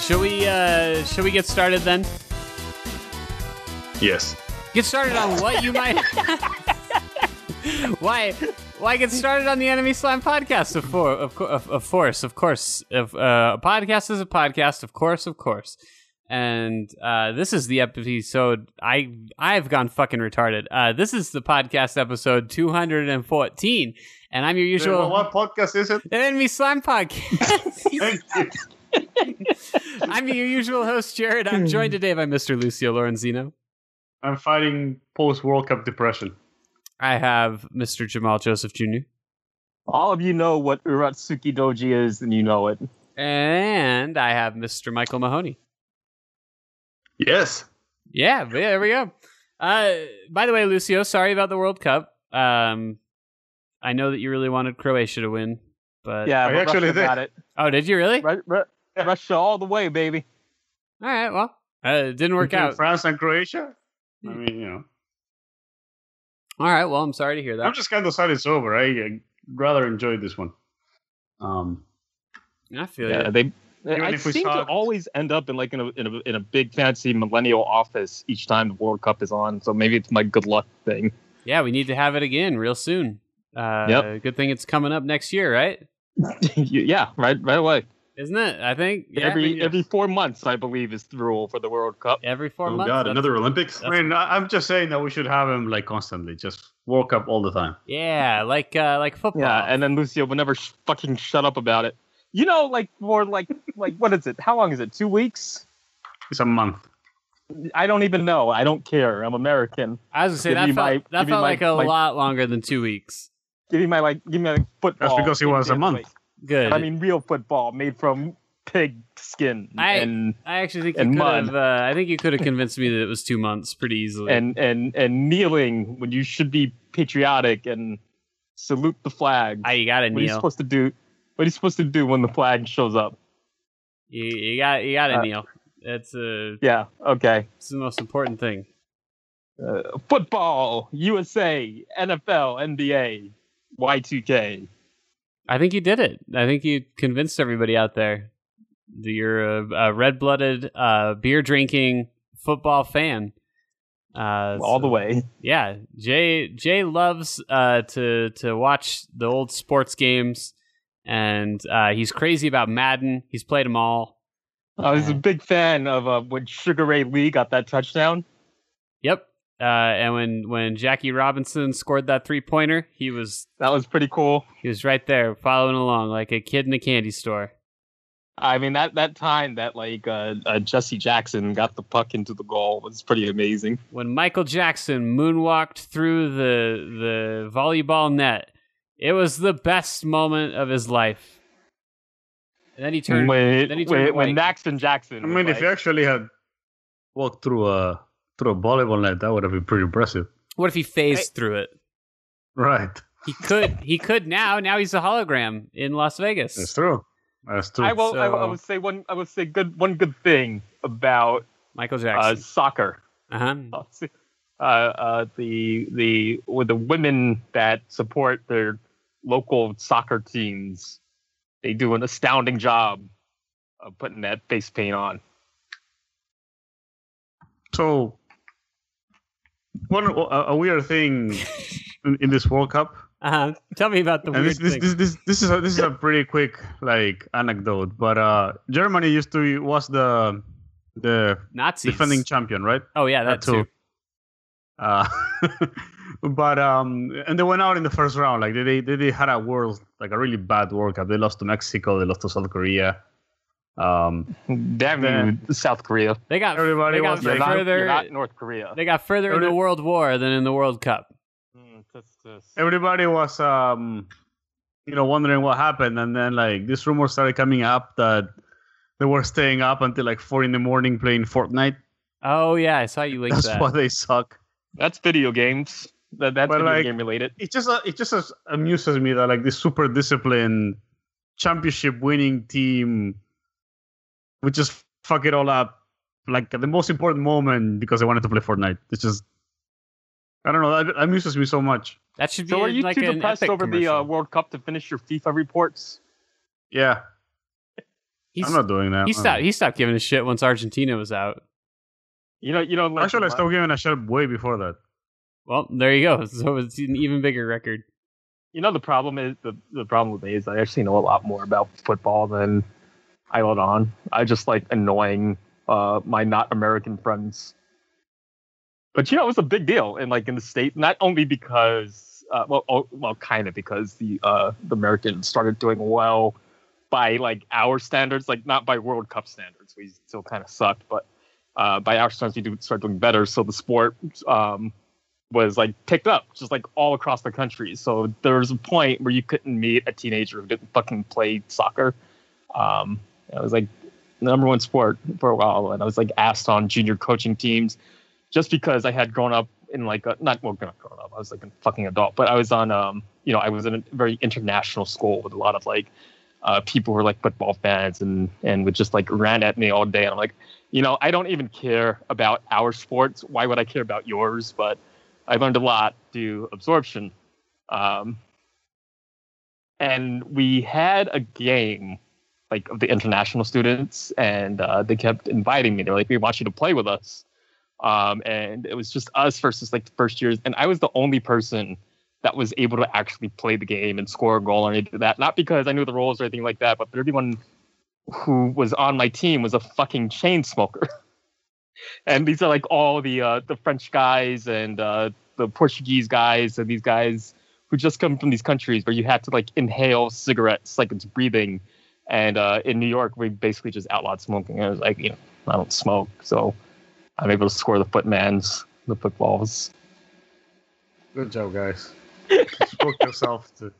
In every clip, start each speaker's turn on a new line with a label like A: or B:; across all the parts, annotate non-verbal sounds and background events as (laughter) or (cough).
A: Shall we? Uh, shall we get started then?
B: Yes.
A: Get started on what you might. (laughs) why? Why get started on the Enemy Slime podcast? Of course, of, co- of, of course, of course. Of, uh, a podcast is a podcast, of course, of course. And uh, this is the episode. I I've gone fucking retarded. Uh, this is the podcast episode 214, and I'm your
B: Well,
A: usual
B: what podcast is it?
A: Enemy Slime podcast. (laughs)
B: Thank you.
A: I'm your usual host, Jared. I'm joined today by Mr. Lucio Lorenzino.
B: I'm fighting post World Cup depression.
A: I have Mr. Jamal Joseph Jr.
C: All of you know what Uratsuki Doji is, and you know it.
A: And I have Mr. Michael Mahoney.
B: Yes.
A: Yeah, but yeah, there we go. Uh, by the way, Lucio, sorry about the World Cup. Um, I know that you really wanted Croatia to win, but
C: Yeah,
B: I
C: but
B: actually
C: Russia
B: did.
C: got it.
A: Oh, did you really?
C: Ru- Ru- Russia all the way, baby.
A: All right, well, uh, it didn't work
B: Between
A: out.
B: France and Croatia? I mean, you know.
A: All right, well, I'm sorry to hear
B: I'm
A: that.
B: just kind of sad it's over. I uh, rather enjoyed this one. Um,
A: I feel
C: Yeah,
A: you.
C: they.
B: Even
C: I
B: if we
C: seem
B: saw
C: to
B: it-
C: always end up in like in a, in a in a big fancy millennial office each time the World Cup is on. So maybe it's my good luck thing. (laughs)
A: Yeah, we need to have it again real soon. Uh,
C: Yep.
A: Good thing it's coming up next year, right?
C: yeah, right, right away.
A: Isn't it? I think yeah.
C: every
B: yes.
C: every four months, I believe, is the rule for the World Cup.
A: every four
D: oh
A: months.
D: god,
A: That's-
D: another Olympics?
A: that's-
B: I mean, I- I'm just saying that we should have him like constantly, just World Cup all the time.
A: Yeah, like uh, like football.
C: Yeah, and then Lucio would never sh- fucking shut up about it. You know, like for like like what is it? How long is it? Two weeks?
B: It's a month.
C: I don't even know. I don't care. I'm American.
A: I was gonna say
C: Give
A: that
C: me
A: felt,
C: my-
A: that
C: give me
A: felt
C: my-
A: like a
C: my-
A: lot longer than two weeks.
C: Give me my like, give me like football.
B: because it was a
C: made-
B: month.
A: Good.
C: I mean, real football made from pig skin
A: I-
C: and
A: I actually think you
C: and
A: could
C: mud.
A: have. Uh, I think you could have convinced me that it was two months pretty easily.
C: and and and kneeling when you should be patriotic and salute the flag.
A: I, Ah, you gotta
C: what are you
A: kneel.
C: supposed to do? What are you supposed to do when the flag shows up?
A: You, you got you gotta
C: Uh,
A: kneel. That's uh,
C: Yeah. Okay.
A: it's the most important thing.
C: Football, USA, NFL, NBA, Y2K.
A: I think you did it. I think you convinced everybody out there that you're a, a red-blooded, uh, beer-drinking football fan. Uh,
C: all
A: so-
C: the way.
A: Yeah, Jay Jay loves uh, to to watch the old sports games, and uh, he's crazy about Madden. He's played them all.
C: I was a big fan of uh, when Sugar Ray Lee got that touchdown.
A: Yep. Uh, and when when Jackie Robinson scored that three pointer, he was
C: That was pretty cool.
A: he was right there following along like a kid in a candy store.
C: I mean that that time that like uh, uh, Jesse Jackson got the puck into the goal was pretty amazing.
A: When Michael Jackson moonwalked through the the volleyball net, it was the best moment of his life. And then he turned.
C: when
A: then he turned
C: when,
A: away.
C: when Naxton Jackson.
B: I mean, if
C: was like-
B: you actually had walked through a through a volleyball net, that would have been pretty impressive,
A: What if he phased through it?
B: right?
A: He could. He could now. Now he's a hologram in Las Vegas.
B: That's true. That's true.
C: I will. I, will- I
A: so-
C: will say one. I will say good one good thing about
A: Michael
C: uh,
A: Jackson.
C: soccer.
A: Uh huh.
C: Uh, uh, the the with the women that support their local soccer teams, they do an astounding job of putting that face paint on.
B: So, one a, a weird thing in, in this
A: (laughs)
B: World Cup,
A: Uh huh. Tell me about the
B: and
A: weird
B: this this,
A: thing.
B: this this this is a, this is a pretty quick like anecdote, but uh, Germany used to was the the
A: Nazis.
B: defending champion, right?
A: oh yeah, that
B: That too.
A: too.
B: Uh, (laughs) but um, and they went out in the first round. Like they they, they had a world like a really bad World Cup. They lost to Mexico. They lost to South Korea. Um,
C: Damn you, South Korea.
A: They got
B: Everybody
A: they got
B: was like-
C: You're not,
A: further.
C: you're not North Korea.
A: they got further in the
B: Every-
A: World War than in the World Cup.
C: Mm, just- just-
B: everybody was um you know wondering what happened and then like this rumor started coming up that they were staying up until like four in the morning playing Fortnite. (laughs)
A: Oh yeah, I saw you link
B: That's
A: that.
B: why they suck.
C: That's video games. That, that's
B: But,
C: video
B: like-
C: game related.
B: It just uh, it just as- amuses me that like this super disciplined championship winning team would just fuck it all up like at the most important moment because they wanted to play Fortnite. It's just I don't know. That amuses me so much.
A: That should be
C: So are you
A: like
C: too
A: an
C: depressed
A: Epic
C: over the
A: commercial.
C: uh, World Cup to finish your FIFA reports?
B: Yeah,
A: He's,
B: I'm not doing that.
A: he stopped. He stopped giving a shit once Argentina was out.
C: You know, you know. Like
B: Actually, I stopped giving a shit way before that.
A: Well, there you go. (laughs) So it's an even bigger record.
C: you know the problem is the, the problem with me is I actually know a lot more about football than I let on. I just like annoying uh, my not American friends. But you know, it was a big deal in like in the states, not only because uh, well, oh, well, kind of because the uh, the Americans started doing well by like our standards, like not by World Cup standards. We still kind of sucked, but uh, by our standards, we do start doing better. So the sport um, was like picked up just like all across the country. So there was a point where you couldn't meet a teenager who didn't fucking play soccer. Um, it was like the number one sport for a while, and I was like asked on junior coaching teams just because I had grown up in like a, not well not grown up. I was like a fucking adult, but I was on um you know I was in a very international school with a lot of like uh, people who were like football fans and and would just like rant at me all day. And I'm like, you know, I don't even care about our sports. Why would I care about yours? But I learned a lot through absorption. Um, and we had a game like of the international students, and uh, they kept inviting me. They're like, "We want you to play with us," um, and it was just us versus like the first years, and I was the only person that was able to actually play the game and score a goal or anything like that. Not because I knew the rules or anything like that, but everyone who was on my team was a fucking chain smoker (laughs) and these are like all the uh, the French guys and uh, the Portuguese guys and these guys who just come from these countries where you have to like inhale cigarettes like it's breathing. And uh, in New York, we basically just outlawed smoking. I was like, you know, I don't smoke, so I'm able to score the footmans, the footballs.
B: Good job, guys. Smoke yourself. To,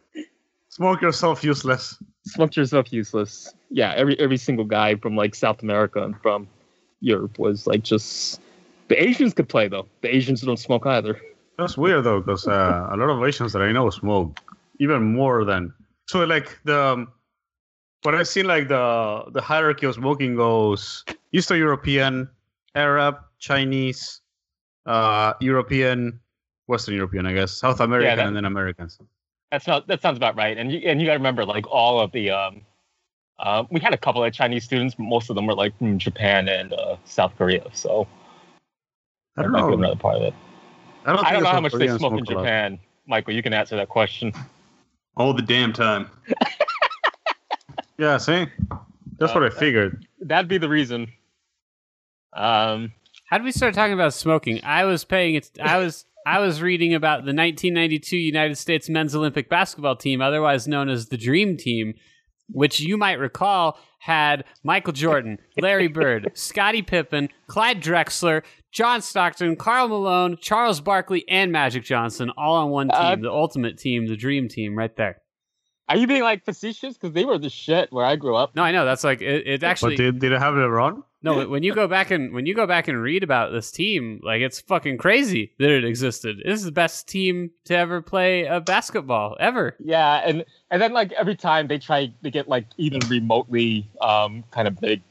B: smoke yourself useless.
C: Smoked yourself useless. Yeah, every every single guy from like South America and from Europe was like just. The Asians could play though. The Asians don't smoke either.
B: That's weird though, because uh, a lot of Asians that I know smoke even more than so. Like the um, what I've seen, like the the hierarchy of smoking goes Eastern European, Arab, Chinese, uh, European, Western European, I guess, South American,
C: that-
B: and then Americans.
C: That's not. That sounds about right. And you and you got to remember, like all of the, um, uh, we had a couple of Chinese students. but Most of them were like from Japan and uh, South Korea. So
B: I don't
C: that might be
B: know.
C: another part of it.
B: I don't,
C: I
B: think
C: don't know
B: South
C: how much they
B: Koreans
C: smoke in
B: a lot.
C: Japan, Michael. You can answer that question.
D: All the damn time.
B: Yeah, see, that's what I
C: Uh,
B: figured.
C: That'd be the reason. Um,
A: How did we start talking about smoking? I was paying. It, I was. I was reading about the 1992 United States men's Olympic basketball team, otherwise known as the Dream Team, which you might recall had Michael Jordan, Larry Bird, Scottie Pippen, Clyde Drexler, John Stockton, Carl Malone, Charles Barkley, and Magic Johnson all on one team.
C: Uh,
A: the ultimate team, the Dream Team, right there.
C: are you being like facetious? Because they were the shit where I grew up.
A: No, I know that's like it, it actually.
B: but did, did it have LeBron?
A: No, but when you go back and when you go back and read about this team, like it's fucking crazy that it existed. This is the best team to ever play a basketball ever.
C: Yeah, and and then like every time they try to get like even remotely um, kind of big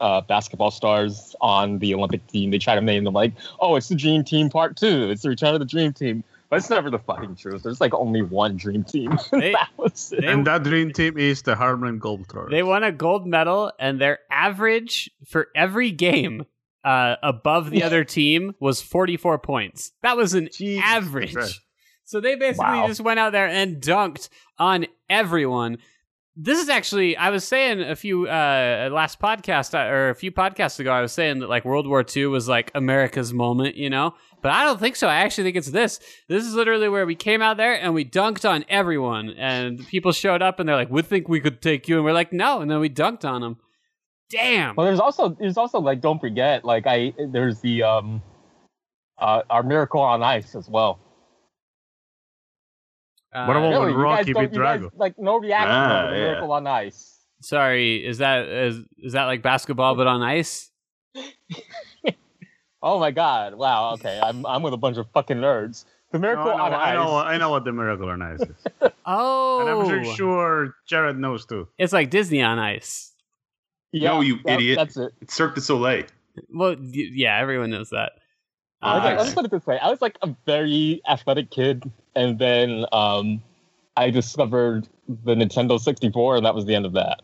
C: uh, basketball stars on the Olympic team, they try to name them like, oh, it's the Dream Team Part Two, it's the Return of the Dream Team. But it's never the fucking truth. There's like only one Dream Team. (laughs)
A: They-
C: that was it.
A: They-
B: and uh, that dream team is the Harlem Globetrotters.
A: They won a gold medal, and their average for every game uh, above the other team was forty-four points. That was an
B: Jesus
A: average.
B: Christ.
A: So they basically
C: Wow.
A: just went out there and dunked on everyone. This is actually, I was saying a few uh, last podcast uh, or a few podcasts ago, I was saying that like World War II was like America's moment, you know? But I don't think so. I actually think it's this. This is literally where we came out there and we dunked on everyone. And people showed up and they're like, we think we could take you. And we're like, no. And then we dunked on them. Damn.
C: Well, there's also there's also like don't forget like I there's the um uh our Miracle on Ice as well.
B: What about-
A: Uh,
B: Oh, and
C: Really, you guys
B: Rocky
C: don't-
B: with
C: you guys,
B: Drago.
C: like no reaction
D: Ah,
C: to the
D: yeah.
C: Miracle on Ice.
A: sorry, is that is, is that like basketball but on ice?
C: Oh my god! Wow. Okay, I'm I'm with a bunch of fucking nerds. The Miracle
B: No, I,
C: on
B: know, I
C: Ice.
B: know, I know what the Miracle on Ice is.
A: Oh,
B: And I'm sure, sure Jared knows too.
A: It's like Disney on Ice.
D: No, you
C: that-
D: idiot.
C: That's it.
D: It's Cirque du Soleil.
A: Well, y- yeah, everyone knows that. Um,
C: I was
D: Nice.
C: like, let's put it this way. I was like a very athletic kid, and then um, I discovered the Nintendo 64, and that was the end of that.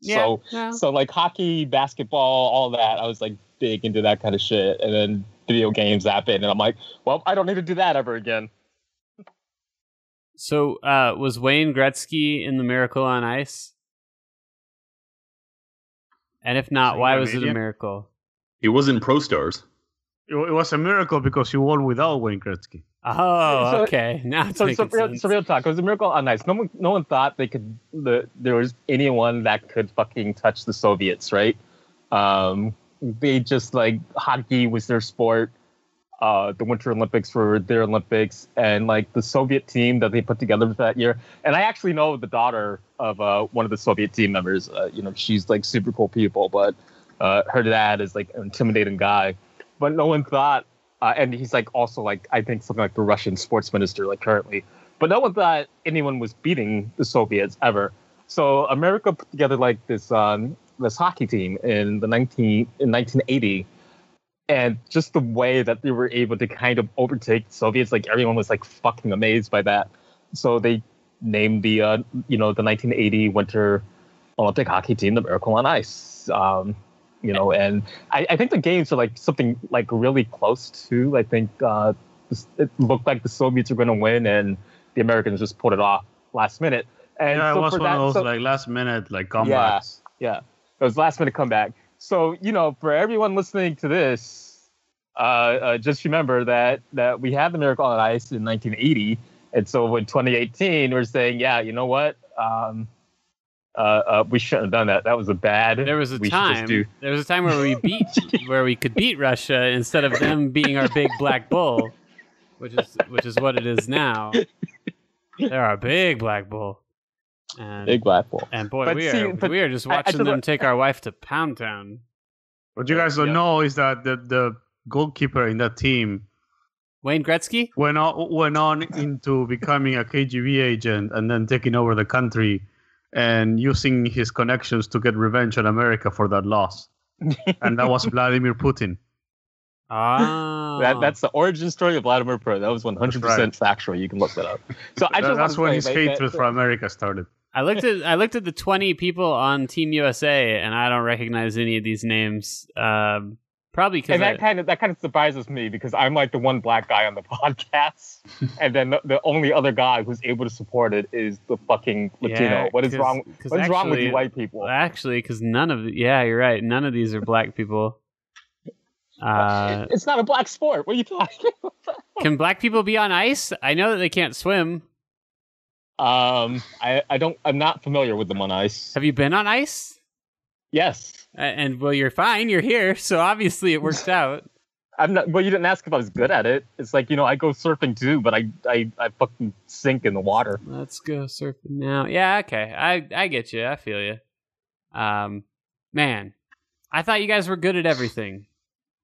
C: So so like hockey, basketball, all that. I was like big into that kind of shit, and then video games happened, and I'm like, well, I don't need to do that ever again.
A: So, uh, was Wayne Gretzky in the Miracle on Ice? And if not,
B: So
A: why
B: you're
A: was it a
B: Canadian?
A: miracle?
D: He was in Pro Stars.
B: It, it was a miracle because you won without Wayne Gretzky.
A: Oh,
C: So-
A: okay. (laughs) Now it's
C: (laughs) So, so,
A: making
C: real,
A: sense.
C: so real talk. It was a miracle on ice. No one, no one thought they could. The, there was anyone that could fucking touch the Soviets, right? Um, they just like hockey was their sport. Uh, the Winter Olympics were their Olympics, and like the Soviet team that they put together for that year. And I actually know the daughter of uh, one of the Soviet team members. Uh, you know, she's like super cool people, but uh, her dad is like an intimidating guy. But no one thought uh, and he's like also like I think something like the Russian sports minister like currently. But no one thought anyone was beating the Soviets ever. So America put together like this um, this hockey team in the nineteen in nineteen eighty, and just the way that they were able to kind of overtake Soviets, like everyone was like fucking amazed by that. So they named the uh, you know the nineteen eighty Winter Olympic hockey team the Miracle on Ice. Um, you know, and I, I think the games are like something like really close to. I think uh, this- it looked like the Soviets were going to win, and the Americans just pulled it off last minute. And
B: yeah,
C: so
B: it was
C: for
B: one
C: that,
B: of those
C: so-
B: like last minute like comebacks.
C: yeah. It was last minute comeback. So, you know, for everyone listening to this, uh, uh, just remember that that we had the Miracle on Ice in 1980, and so in 2018, we're saying, yeah, you know what? Um, uh, uh, we shouldn't have done that. That was a bad.
A: there was a
C: we should just
A: time.
C: do-
A: There was a time where we
C: (laughs)
A: beat, where we could beat Russia instead of them being our big black bull, which is which is what it is
C: (laughs)
A: now. They're our big black bull, and
C: big black ball.
A: and boy,
C: But
A: we
C: see,
A: are
C: but
A: we are just
C: I- I
A: watching
C: just-
A: them take our wife to Pound Town.
B: What you guys don't
C: Yeah.
B: know is that the, the goalkeeper in that team
A: Wayne Gretzky.
B: went on, went on into becoming a KGB agent and then taking over the country and using his connections to get revenge on America for that loss. and that was Vladimir Putin.
A: Ah,
C: (laughs)
B: Uh.
C: That, that's the origin story of Vladimir Pro. That was 100 percent factual. You can look that up.
B: (laughs)
C: So I
B: That-
C: just
B: that's when
C: wanna say,
B: his
C: like,
B: hatred
C: that-
B: for America started.
A: I looked at I looked at the twenty people on Team USA, and I don't recognize any of these names. Um, probably because
C: and that kind of that kind of surprises me because I'm like the one black guy on
A: (laughs)
C: the (laughs) podcast, and then the, the only other guy who's able to support it is the fucking Latino. what is wrong? What is wrong with you white people?
A: Actually, because none of the, yeah, you're right. None of these are black
C: (laughs)
A: people.
C: Oh,
A: Uh,
C: it's not a black sport. What are you talking? (laughs)
A: can black people be on ice? I know that they can't swim.
C: um, I I don't. I'm not familiar with them on ice.
A: Have you been on ice?
C: Yes,
A: A- And well, you're fine. You're here, so obviously it worked out.
C: I'm not. Well, you didn't ask if I was good at it. It's like you know I go surfing too, but I I I fucking sink in the water.
A: Let's go surfing now. Yeah, okay. I I get you. I feel you. Um, man, I thought you guys were good at everything,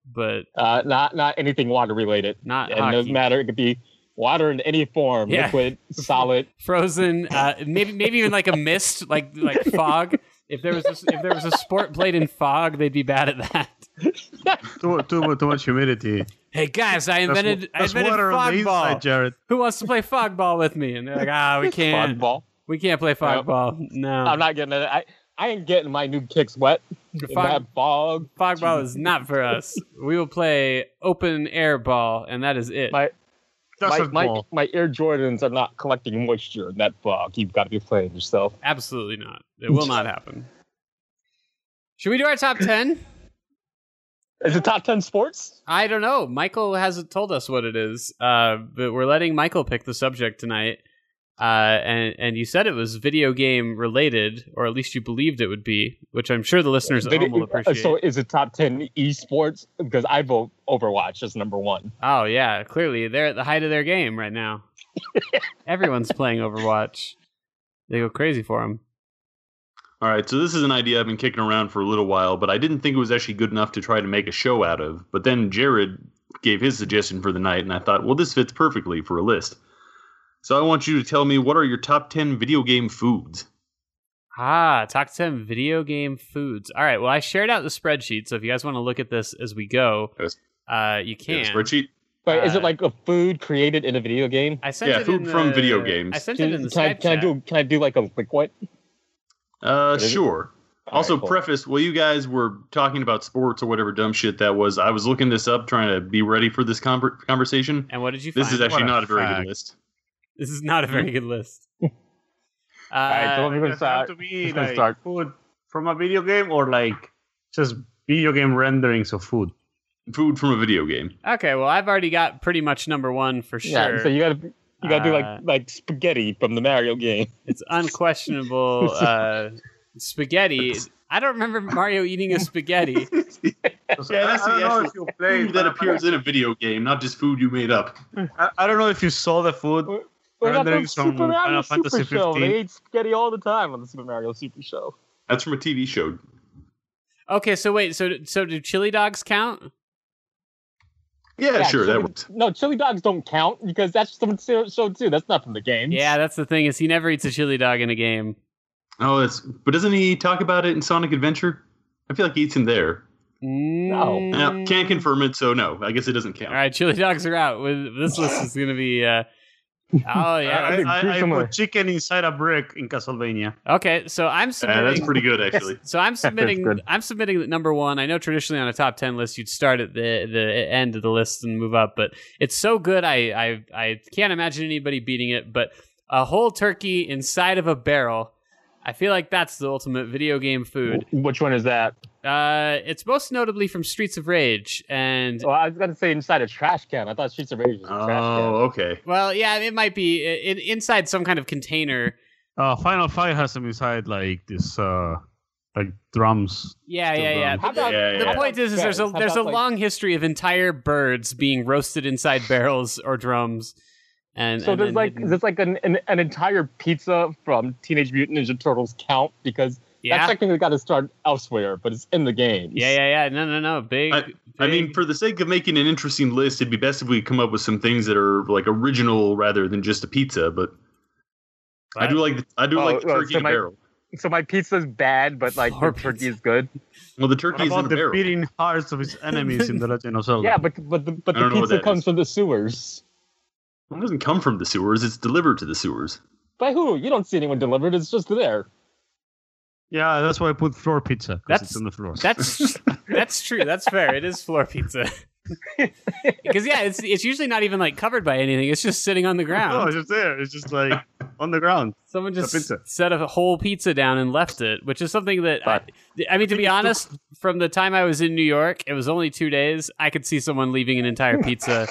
A: but
C: Uh, not not anything water related.
A: not
C: It
A: hockey.
C: doesn't matter. It could be water in any form,
A: Yeah. (laughs)
C: liquid, solid.
A: frozen uh maybe maybe even like a mist like like fog if there was a, if there was a sport played in fog they'd be bad at that (laughs)
B: Too, too, too much humidity.
A: hey guys i (laughs)
B: That's,
A: invented
B: that's
A: i invented
B: water on the
A: fog
B: inside,
A: ball
B: Jared.
A: who wants to play fog ball with me and they're like ah
B: (laughs)
A: we can't
C: Fogball.
A: we can't play fog
C: Nope.
A: ball no
C: I'm not getting it. I, I ain't getting my new kicks wet.
A: The
C: in
A: fog,
C: that fog.
A: fog ball is not for us we will play open air ball and that is it
C: My
B: That's
C: my,
B: a
C: my,
B: ball.
C: my Air Jordans are not collecting moisture in that fog. You've got to be playing yourself.
A: absolutely not it will not happen should we do our
C: (clears throat)
A: top 10
C: Is it top ten sports?
A: I don't know. Michael hasn't told us what it is, uh, but we're letting Michael pick the subject tonight. Uh, and and you said it was video game related, or at least you believed it would be, which I'm sure the listeners at
C: Video-
A: home will appreciate.
C: uh, So is it top ten esports? Because I vote Overwatch as number one.
A: oh yeah, clearly they're at the height of their game right
C: (laughs)
A: now. Everyone's playing Overwatch. They go crazy for them.
D: All right, so this is an idea I've been kicking around for a little while, but I didn't think it was actually good enough to try to make a show out of. But then Jared gave his suggestion for the night, and I thought, well, this fits perfectly for a list. So I want you to tell me what are your top 10 video game foods?
A: Ah, talk to him. Video game foods. All right. Well, I shared out the spreadsheet, so if you guys want to look at this as we go,
D: Yes.
A: uh, you
D: Do you have
A: can.
D: a spreadsheet?
C: But is
A: Uh,
C: it like a food created in a video game?
A: I sent
D: Yeah,
A: it
D: food
A: in
D: from
A: the-
D: video games.
A: I sent it in
C: Can,
A: the
C: can I,
A: Skype
C: can I
A: chat.
C: do can I do like a liquid?
D: Uh,
C: Is it-
D: sure.
E: All
D: Also,
E: right, cool.
D: preface while you guys were talking about sports or whatever dumb shit that was, I was looking this up trying to be ready for this conver conversation.
A: And what did you
D: This
A: find?
D: is actually
B: What a
D: not a very
B: fact.
D: good list.
A: this is not a very good
C: (laughs)
A: list. Uh,
C: right, so let me
B: Does
C: go
B: it have
C: start.
B: to be
C: Let's go
B: like
C: start.
B: food from a video game or like just video game renderings of food.
D: Food from a video game.
A: Uh, okay, well, I've already got pretty much number one for sure.
C: Yeah, so you gotta you gotta do
A: Uh,
C: like like spaghetti from the Mario game.
A: It's
C: (laughs)
A: unquestionable uh, spaghetti. I don't remember Mario eating a spaghetti.
D: Yeah, that's
B: I,
D: the
B: I don't know
D: actual
B: if you played
D: Food that
B: but-
D: appears in a video game, not just food you made up.
B: I, I don't know if you saw the food.
C: What about the
B: Renderings from
C: Super
B: Final
C: Mario Super
B: Fantasy
C: Show?
B: 15?
C: They ate spaghetti all the time on the Super Mario Super Show.
D: That's from a TV show.
A: Okay, so wait, so so do chili dogs count?
D: Yeah, sure, that
C: chili-
D: worked.
C: No, chili dogs don't count because that's from the show too. That's not from the game.
A: Yeah, that's the thing is he never eats a chili dog in a game.
D: Oh, that's. But doesn't he talk about it in Sonic Adventure? I feel like he eats him there.
A: No,
D: No, can't confirm it, so no. I guess it doesn't count.
A: All right, chili dogs are out. With this list is going to be. Uh,
D: (laughs)
A: oh yeah.
B: I,
C: think
B: I, I
C: gruesomely.
B: put chicken inside a brick in Castlevania.
A: Okay, so I'm
D: Yeah,
A: submitting.
D: Ah, that's pretty good,
A: (laughs)
D: actually. (laughs)
A: So I'm submitting.
B: good.
A: I'm submitting that number one. I know traditionally on a top ten list, you'd start at the the end of the list and move up, but it's so good, I I, I can't imagine anybody beating it. But a whole turkey inside of a barrel, I feel like that's the ultimate video game food.
C: Wh- Which one is that?
A: Uh, it's most notably from Streets of Rage, and
C: Well, I was gonna say inside a trash can. I thought Streets of Rage was a trash can.
D: Oh, okay.
A: well, yeah, it might be i in, inside some kind of container.
B: Uh, Final Fight has them inside like this, uh, like drums.
A: Yeah,
B: Still
A: yeah, yeah.
B: wrong.
A: But the-
D: Yeah,
A: The
D: yeah.
A: point is, is there's a
C: How
A: there's a
C: about, like-
A: long history of entire birds being roasted inside barrels or drums, and
C: So
A: and
C: there's
A: then
C: like
A: hidden-
C: there's like an, an an entire pizza from Teenage Mutant Ninja Turtles count because
A: yeah,
C: that's technically got to start elsewhere, but it's in the game.
A: yeah, yeah, yeah. No, no, no. Big.
D: I mean, for the sake of making an interesting list, it'd be best if we come up with some things that are like original rather than just a pizza. But I do like the, I do
C: Oh,
D: like the
C: well,
D: turkey
C: so
D: in
C: my-
D: a barrel.
C: So my pizza's bad, but like
A: Or
C: the turkey
A: pizza.
C: is good.
D: Well, the
B: What
D: turkey is in a
B: about the
D: barrel.
B: beating hearts
A: (laughs)
B: of his enemies in The Legend of Zelda?
C: Yeah, but but the, but
D: I
C: the
D: don't know what
C: pizza
D: that
C: comes
D: is.
C: from the sewers.
D: It doesn't come from the sewers; it's delivered to the sewers.
C: By who? You don't see anyone delivered. It's just there.
B: Yeah, that's why I put floor pizza. 'cause
A: That's-
B: it's on the floor.
A: (laughs) that's that's true. That's fair. It is floor
C: (laughs)
A: pizza. (laughs) Because yeah, it's it's usually not even like covered by anything. It's just sitting on the
B: (laughs) no,
A: ground.
B: it's just there. It's just like on the ground.
A: Someone
B: a
A: just
B: pizza.
A: set a whole pizza down and left it, which is something that I,
C: But-
A: I mean, to be honest, from the time I was in New York, it was only two days. I could see someone leaving an entire pizza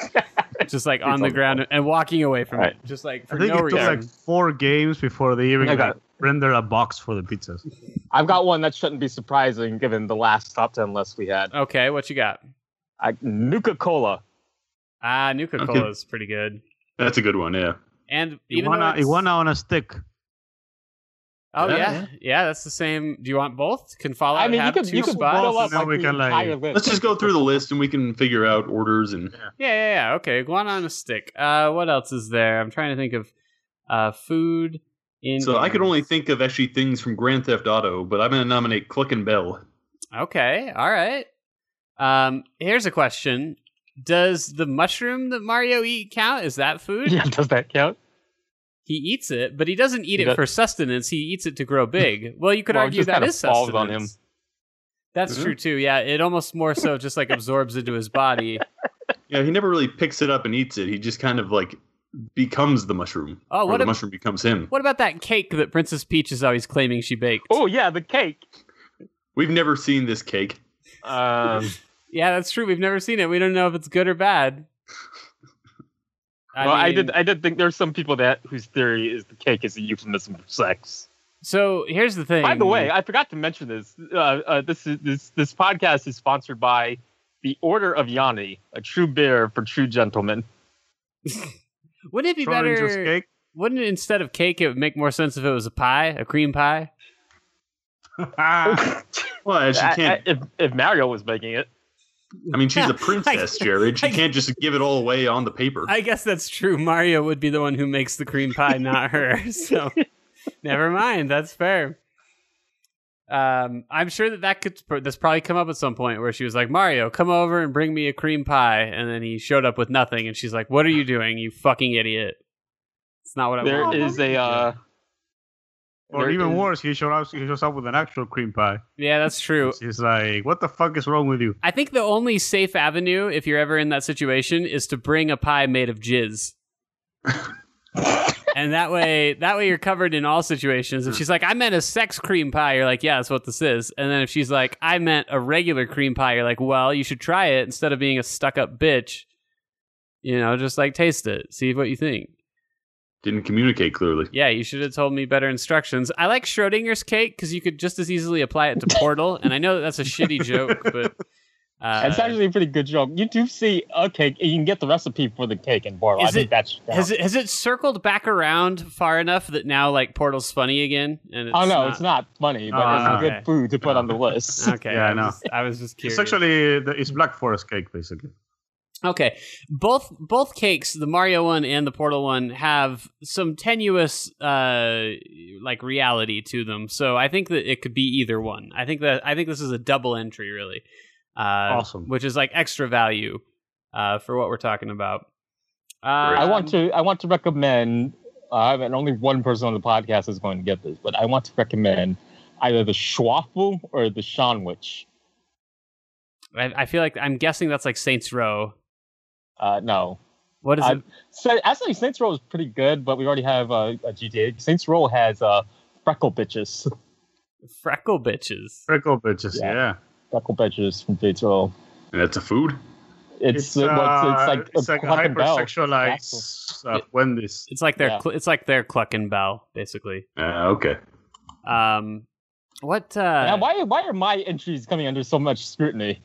A: just like on the ground and walking away from
C: Right.
A: it, just like
B: I
A: (laughs) for
B: think
A: no
B: it took
A: reason.
B: like four games before they even
C: Okay.
B: like, rendered a box for the pizzas.
C: I've got one that shouldn't be surprising given the last top ten list we had.
A: okay, what you got?
C: I, Nuka Cola.
A: Ah, Nuka Cola
D: Okay.
A: is pretty good.
D: That's a good one, yeah.
A: And even though
B: Iguana,
A: it's-
B: iguana on a stick.
A: Oh
D: Yeah,
A: yeah. yeah, that's the same. Do you want both? Can follow.
C: I mean, you
A: Oh, have
C: could
A: two
C: you could
A: spots.
C: fill up
B: Now
C: like,
B: we
C: the
B: can, like-
C: entire list.
D: Let's just go through the list and we can figure out orders and
A: Yeah, yeah, yeah. Okay, iguana on a stick. Uh, what else is there? I'm trying to think of uh, food in.
D: So I could only think of actually things from Grand Theft Auto, but I'm going to nominate Click and Bell.
A: Okay, all right. Um, here's a question: Does the mushroom that Mario eat count? Is that food?
C: (laughs) Yeah, does that count?
A: He eats it, but he doesn't eat it
C: Yeah.
A: for sustenance. He eats it to
C: (laughs)
A: grow big. Well, you could
C: Well, it
A: argue
C: just
A: that
C: kinda
A: is
C: falls
A: sustenance.
C: on him.
A: That's
C: Mm-hmm.
D: Mhm.
A: true too. Yeah, it almost more so just like absorbs into his body.
D: Yeah, he never really picks it up and eats it. He just kind of like becomes the mushroom.
A: Oh,
D: or
A: what
D: the
A: a-
D: mushroom becomes him.
A: What about that cake that Princess Peach is always claiming she baked?
C: Oh yeah, the cake.
D: We've never seen this cake.
C: Um,
A: Yeah, that's true. We've never seen it. We don't know if it's good or bad.
C: well, I
A: mean-
C: did I did think there's some people that whose theory is the cake is a euphemism for sex.
A: So here's the thing.
C: By the way, I forgot to mention this. Uh, uh, this is this this podcast is sponsored by the Order of Yanni, a true beer for true gentlemen.
A: wouldn't it be
B: Throwing just
A: better?
B: cake.
A: Wouldn't it, instead of cake, it would make more sense if it was a pie, a cream pie?
B: Ah,
D: (laughs) Well, as she
C: I-
D: can't.
C: I- if if Mario was making it,
D: I mean,
A: (laughs)
D: she's a princess, Jared. She
A: I-
D: can't just give it all away on the paper.
A: I guess that's true. Mario would be the one who makes the cream pie, not her. (laughs) So never mind. That's fair. Um, I'm sure that that could that's probably come up at some point where she was like, "Mario, come over and bring me a cream pie," and then he showed up with nothing, and she's like, "What are you doing, you fucking idiot?" It's not what I
C: there
A: want.
C: is a uh,
B: (laughs) Or
C: There
B: even
C: is-
B: worse, he shows up. He shows up with an actual cream pie.
A: Yeah, that's true.
B: He's like, "What the fuck is wrong with you?"
A: I think the only safe avenue, if you're ever in that situation, is to bring a pie made of jizz. and that way, that way you're covered in all situations. If she's like, "I meant a sex cream pie," you're like, "Yeah, that's what this is." And then if she's like, "I meant a regular cream pie," you're like, "Well, you should try it instead of being a stuck-up bitch." You know, just like taste it, see what you think.
D: Didn't communicate clearly.
A: Yeah, you should have told me better instructions. I like Schrodinger's cake because you could just as easily apply it to Portal. and I know that that's a shitty joke, but uh,
C: That's actually a pretty good joke. You do see a cake, and you can get the recipe for the cake in Borla. I
A: Is
C: think
A: it-
C: that's.
A: Has it has it circled back around far enough that now like Portal's funny again? And it's
C: oh no,
A: not-
C: it's not funny, but
B: Oh,
C: it's a
B: no,
C: good
A: okay. Oh.
C: food to put on the
A: (laughs)
C: list.
A: Okay,
B: Yeah, I
A: I
B: know.
A: was, I was
B: (laughs)
A: just curious.
B: It's actually the, it's Black Forest cake, basically.
A: okay. Both both cakes, the Mario one and the Portal one, have some tenuous uh like reality to them. So I think that it could be either one. I think that I think this is a double entry really. Uh,
B: Awesome.
A: Which is like extra value uh, for what we're talking about. Uh,
C: I want to. I want to recommend. Uh, and only one person on the podcast is going to get this, but I want to recommend either the Schwaffle or the Shanwich.
A: I, I feel like I'm guessing that's like Saints Row.
C: Uh, no,
A: What is
C: I-
A: it?
C: so actually Saints Row is pretty good, but we already have uh, a GTA. Saints Row has uh, freckle bitches,
A: Freckle bitches.
B: Freckle bitches.
C: Yeah.
B: Yeah.
C: freckle bitches from Saints Row.
D: And that's a food.
C: It's it's, well,
B: uh,
C: it's, it's like a fucking bell.
B: hypersexualized uh, Wendy's.
A: It's like their
C: Yeah.
A: cl- it's like their clucking bell, basically.
D: Uh, okay.
A: Um, what? Uh,
C: Yeah, why why are my entries coming under so much scrutiny?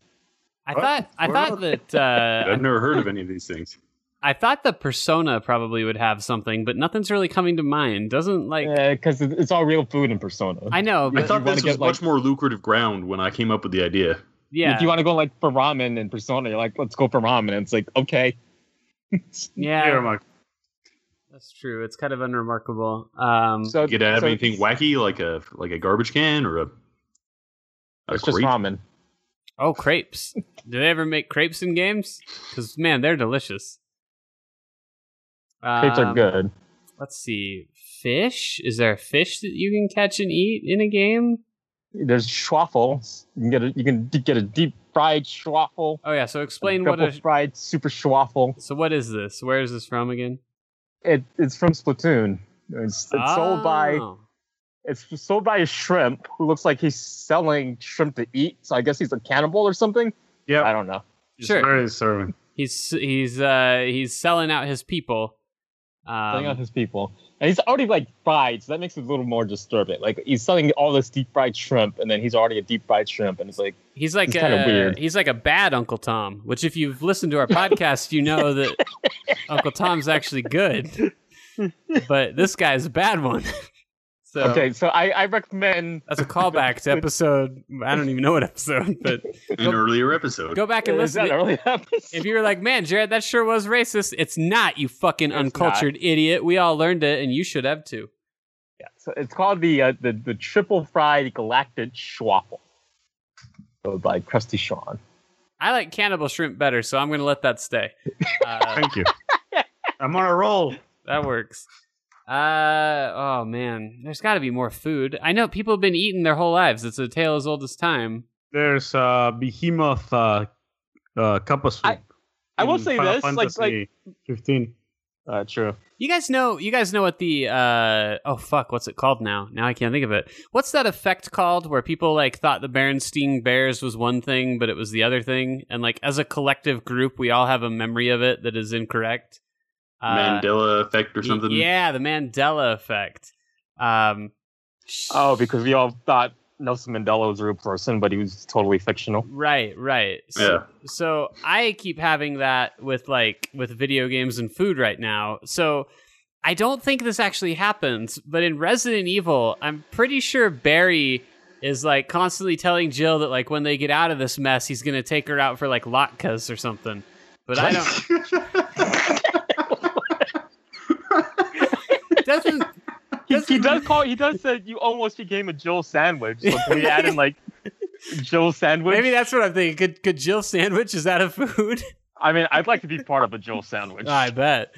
A: I thought I
B: What?
A: thought that uh,
D: (laughs) I've never heard of any of these
C: (laughs)
D: things.
A: I thought the persona probably would have something, but nothing's really coming to mind. Doesn't like
C: Because Uh, it it's all real food in Persona.
A: I know,
D: I
A: but
D: thought this
C: wanna
D: was
C: get, like-
D: much more lucrative ground when I came up with the idea.
A: yeah,
C: If you want to go like for ramen and Persona, you're like, let's go for ramen. And it's like, okay.
D: Mm,
A: yeah, that's true. It's kind of unremarkable. Um,
C: So
D: You could have
C: Uh, so
D: anything
C: it's-
D: wacky like a like a garbage can or a a
C: It's just
D: grape?
C: ramen.
A: oh, crepes. Do they ever make crepes in games? Because man, they're delicious.
C: Crepes are
A: Um,
C: good.
A: Let's see. Fish? Is there a fish that you can catch and eat in a game?
C: There's schwaffle. You can get a you can d- get a deep fried schwaffle.
A: Oh yeah. So explain
C: a
A: what
C: double
A: a
C: fried super schwaffle.
A: So what is this? Where is this from again?
C: It it's from Splatoon. It's, it's sold by
A: Oh.
C: it's sold by a shrimp who looks like he's selling shrimp to eat. So I guess he's a cannibal or something.
B: Yep.
C: I don't know.
A: Sure.
B: It's very disturbing.
A: He's he's uh he's selling out his people.
C: selling out
A: Um,
C: his people. And he's already like fried, so that makes it a little more disturbing. Like he's selling all this deep fried shrimp, and then he's already a deep fried shrimp, and it's like
A: he's like
C: it's kinda
A: a,
C: weird.
A: he's like a bad Uncle Tom, which if you've listened to our podcast, you know that
C: (laughs)
A: Uncle Tom's actually good. But this guy's a bad one. So
C: okay. So I, I recommend
A: that's a callback to episode I don't even know what episode, but
D: An earlier episode.
A: go back and
C: is
A: listen.
C: that
A: to-
C: early (laughs) episode?
A: If you were like, man, Jared, that sure was racist, it's not, you fucking
C: It's
A: uncultured idiot. We all learned it and you should have too.
C: Yeah, so it's called the uh, the the triple fried galactic schwaffle. So by Krusty Sean.
A: I like cannibal shrimp better, so I'm going to let that stay.
D: (laughs)
A: Uh,
C: (laughs)
B: Thank you. I'm on a roll.
A: that works. Uh, oh man, there's got to be more food. I know people have been eating their whole lives. It's a tale as old as time.
B: There's uh, behemoth uh, uh, cup of soup.
C: I- I will
B: in
C: say
B: Mm, Final
C: this, like-
B: Fantasy
C: like-
B: fifteen.
C: Uh, true.
A: You guys know, you guys know what the uh oh fuck, what's it called now? Now I can't think of it. What's that effect called where people like thought the Berenstain Bears was one thing, but it was the other thing, and like as a collective group, we all have a memory of it that is incorrect. Uh,
D: Mandela effect or
A: y-
D: something.
A: Yeah, the Mandela effect. Um, sh-
C: Oh, because we all thought Nelson Mandela was a real person, but he was totally fictional.
A: Right, right. So,
D: Yeah.
A: so I keep having that with like with video games and food right now. So I don't think this actually happens, but in Resident Evil, I'm pretty sure Barry is like constantly telling Jill that like when they get out of this mess, he's gonna take her out for like latkes or something. But I don't. Doesn't
C: He,
A: (laughs)
C: he does call. He does say you almost became a Jill sandwich. So can we add in
A: (laughs)
C: like Jill sandwich?
A: maybe that's what I'm thinking. Could could Jill sandwich is that a food?
C: (laughs) I mean, I'd like to be part of a Jill sandwich.
A: I bet.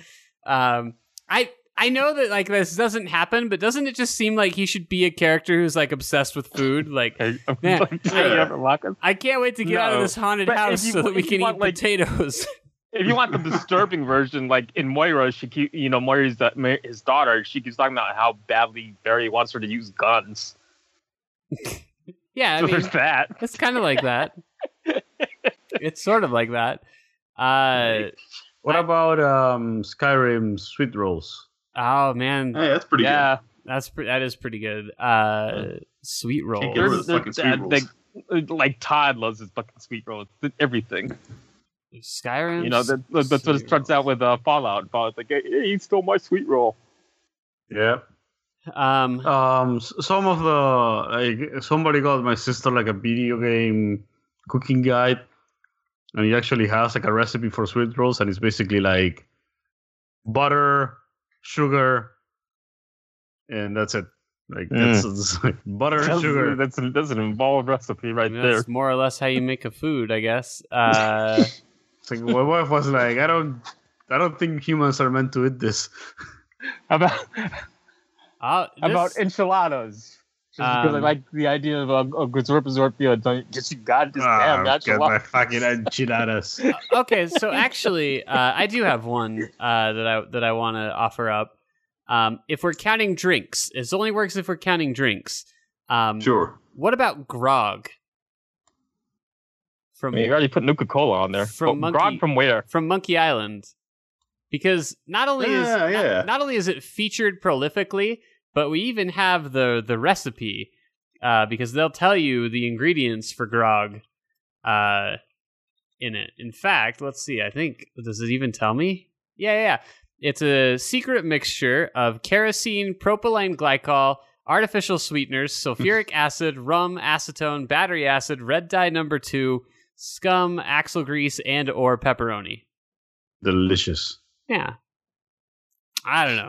A: Um, I I know that like this doesn't happen, but doesn't it just seem like he should be a character who's like obsessed with food? Like
C: (laughs) Okay, I'm
A: Yeah.
C: like, "Hey, you ever lock us?"
A: I can't wait to get out of
D: No.
A: this haunted
C: But if
A: house
C: you-
A: so that
C: if
A: we
C: you
A: can
C: want,
A: eat
C: like-
A: potatoes. (laughs)
C: If you want the disturbing version, like in Moira, she keep, you know Moira's the, Ma- his daughter. She keeps talking about how badly Barry wants her to use guns.
A: yeah, I
C: so
A: mean
C: (laughs) there's that.
A: it's kind of like
C: (laughs)
A: that. it's sort of like that. Uh
B: What about um, Skyrim sweet rolls?
A: oh man,
D: Hey, that's pretty
C: yeah,
A: that's pre- that is pretty good. Uh, sweet
D: good. Can't
A: roll.
D: get rid of
C: There's-
D: the fucking sweet
C: there's- uh,
D: rolls.
C: like- like Todd loves his fucking sweet rolls, everything.
A: Skyrim.
C: You know, that, that's what it starts out with uh, Fallout. Fallout's like, hey, he stole my sweet roll.
B: Yeah.
C: (laughs)
A: Um,
B: Um, s- some of the like somebody got my sister like a video game cooking guide, and it actually has like a recipe for sweet rolls, and it's basically like butter, sugar, and that's it. Like that's, it's (laughs) like butter and
C: That's,
B: sugar.
C: that's, an, that's an involved recipe right
A: that's
C: there.
A: more or less how you make a food, I
C: (laughs)
A: guess. Uh,
B: It's like my wife was like, I don't, I don't think humans are meant to eat this.
C: How about,
A: I'll-
C: how about
A: oh, this-
C: enchiladas? Just because I
A: Um,
C: like the idea of a Gazorp Zorpio. Just you got this
B: Ah,
C: damn
B: get my
C: enchilada. (laughs)
B: fucking enchiladas.
A: okay, so actually, uh, I do have one uh, that I that I want to offer up. Um, if we're counting drinks, it only works if we're counting drinks. Um,
D: sure.
A: What about grog?
C: I
A: From
C: mean, you already put Nuka Cola on there.
A: From
C: But
A: Monkey-
C: Grog from where?
A: from Monkey Island, because not only is
D: Yeah, yeah.
A: not only is it featured prolifically, but we even have the the recipe uh, because they'll tell you the ingredients for grog uh, in it. In fact, let's see. I think does it even tell me? Yeah, yeah. yeah. It's a secret mixture of kerosene, propylene glycol,
D: (laughs)
A: artificial sweeteners, sulfuric acid, rum, acetone, battery acid, red dye number two, scum, axle grease, and or pepperoni.
B: Delicious.
A: Yeah. I don't know.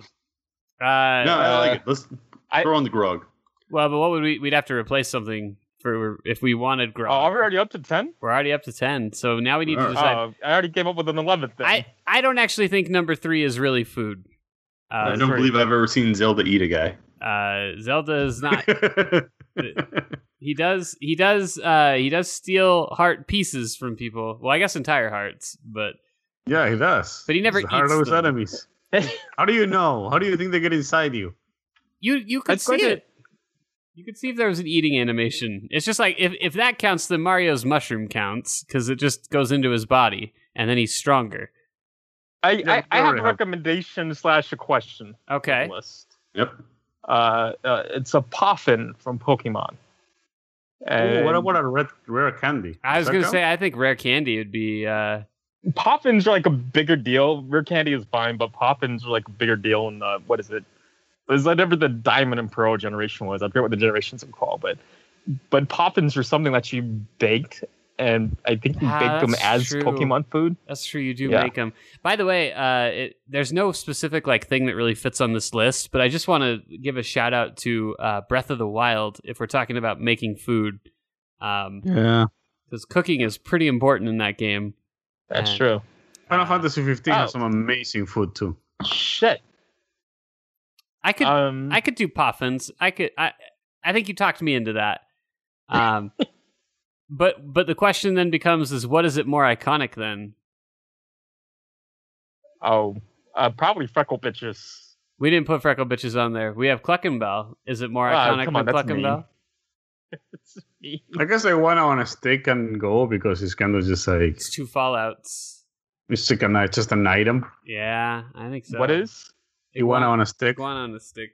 A: Uh,
D: no, I
C: uh,
D: like it. Let's
C: I-
D: throw on the grog.
A: Well, but what would we? We'd have to replace something for if we wanted grog.
C: Oh, are we already up to 10?
A: We're already up to ten, so now we need to
D: Alright.
A: decide.
C: Oh, I already came up with an 11th thing.
A: I I don't actually think number three is really food.
D: I
A: Uh,
D: don't
C: sorry.
D: believe I've ever seen Zelda eat a guy.
A: uh, Zelda is not. he does. He does. Uh, he does steal heart pieces from people. Well, I guess entire hearts, but
B: yeah, he does.
A: But he never
B: He's the heart
A: eats
B: of his
A: them.
B: enemies. How do you know? How do you think they get inside you?
A: you you could
C: That's quite
A: see
C: a-
A: it. You could see if there was an eating animation. It's just like if if that counts, then Mario's mushroom counts because it just goes into his body and then he's stronger.
C: I,
B: Yeah,
C: I, I
B: you're
C: have
B: right.
C: a recommendation slash a question.
A: Okay.
C: List.
D: Yep.
C: Uh, uh, it's a Poffin from Pokemon.
B: Ooh,
C: And
B: what about a red, rare candy?
A: I was
B: Does that
A: gonna
B: count?
A: say I think rare candy would be uh,
C: Poffins are like a bigger deal. Rare candy is fine, but Poffins are like a bigger deal. And uh, what is it? Is whatever the Diamond and Pearl generation was. I forget what the generations are called, but but Poffins are something that you baked, and I think you
A: Ah,
C: baked them
A: that's
C: as
A: true.
C: Pokemon food.
A: that's true. You do make 'em.
C: Yeah.
A: make them. By the way, uh, it, there's no specific like thing that really fits on this list, but I just want to give a shout out to uh, Breath of the Wild if we're talking about making food, because
D: Mm.
B: Yeah.
A: cooking is pretty important in that game.
C: That's
A: Yeah.
C: true.
B: Final Fantasy 15 has
C: Oh.
B: some amazing food too.
C: Shit.
A: I could
C: Um,
A: I could do puffins. I could. I. I think you talked me into that.
C: (laughs)
A: Um, but but the question then becomes: Is what is it more iconic than?
C: oh, uh, probably Freckle Bitches.
A: We didn't put freckle bitches on there. We have Cluckenbell. Is it more
C: Ah,
A: iconic
C: come
A: than
C: on, that's mean.
A: Cluckenbell?
C: (laughs) It's me.
B: I guess I want on a steak and go because it's kind of just like
A: It's two fallouts.
B: it's like a ni- just an item.
A: Yeah, I think so.
C: What is?
B: You want on a stick.
A: iguana on the stick?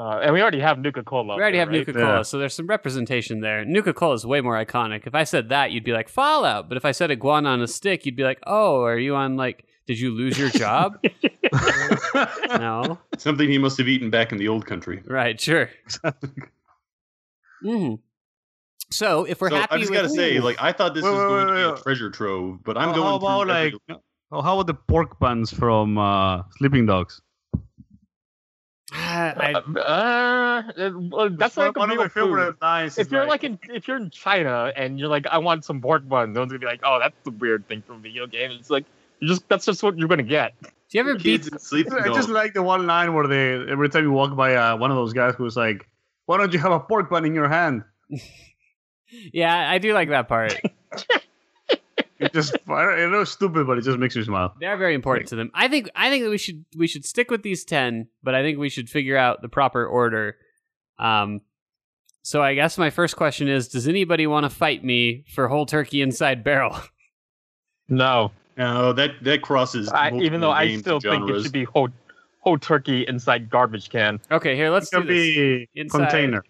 C: Uh, and we already have Nuka
D: Oh,
C: Cola.
A: We already have
C: right?
A: Nuka Cola,
B: Yeah.
A: so there's some representation there. Nuka Cola is way more iconic. If I said that, you'd be like Fallout. But if I said iguana on a stick, you'd be like, Oh, are you on like? Did you lose your job? no.
D: Something he must have eaten back in the old country.
A: Right, sure. Mhm. So if we're
D: so
A: happy
D: I just
A: with
D: gotta say, like, I thought this
B: Wait,
D: was
B: wait,
D: going
B: wait,
D: to be
B: wait.
D: a treasure trove, but I'm
B: Oh,
D: going
B: how
D: through
B: about
D: every-
B: like oh, how about the pork buns from uh, Sleeping Dogs?
A: Ah, (sighs) I-
C: Uh, uh, well, that's like a
B: one of
C: real
B: my favorite
C: food.
B: lines.
C: If
B: is
C: you're like in if you're in China and you're like, I want some pork buns, no one's gonna be like, oh, that's the weird thing from a video game. It's like you just that's just what you're gonna get.
A: Do you ever beat?
D: Kids and sleep.
B: I just like the one line where they every time you walk by uh, one of those guys who's like, "Why don't you have a pork bun in your hand?"
A: Yeah, I do like that part.
B: It just I don't- it looks stupid, but it just makes me smile.
A: They're very important to them. I think I think that we should we should stick with these ten, but I think we should figure out the proper order. Um, so I guess my first question is: Does anybody want to fight me for whole turkey inside barrel? (laughs)
C: No,
D: No, that that crosses.
C: I, even
D: multiple
C: though I
D: games
C: still
D: and
C: think it
D: genres.
C: should be whole, whole turkey inside garbage can.
A: Okay, here let's
B: It
A: do
B: can
A: this. uh,
B: be
A: Inside.
B: container,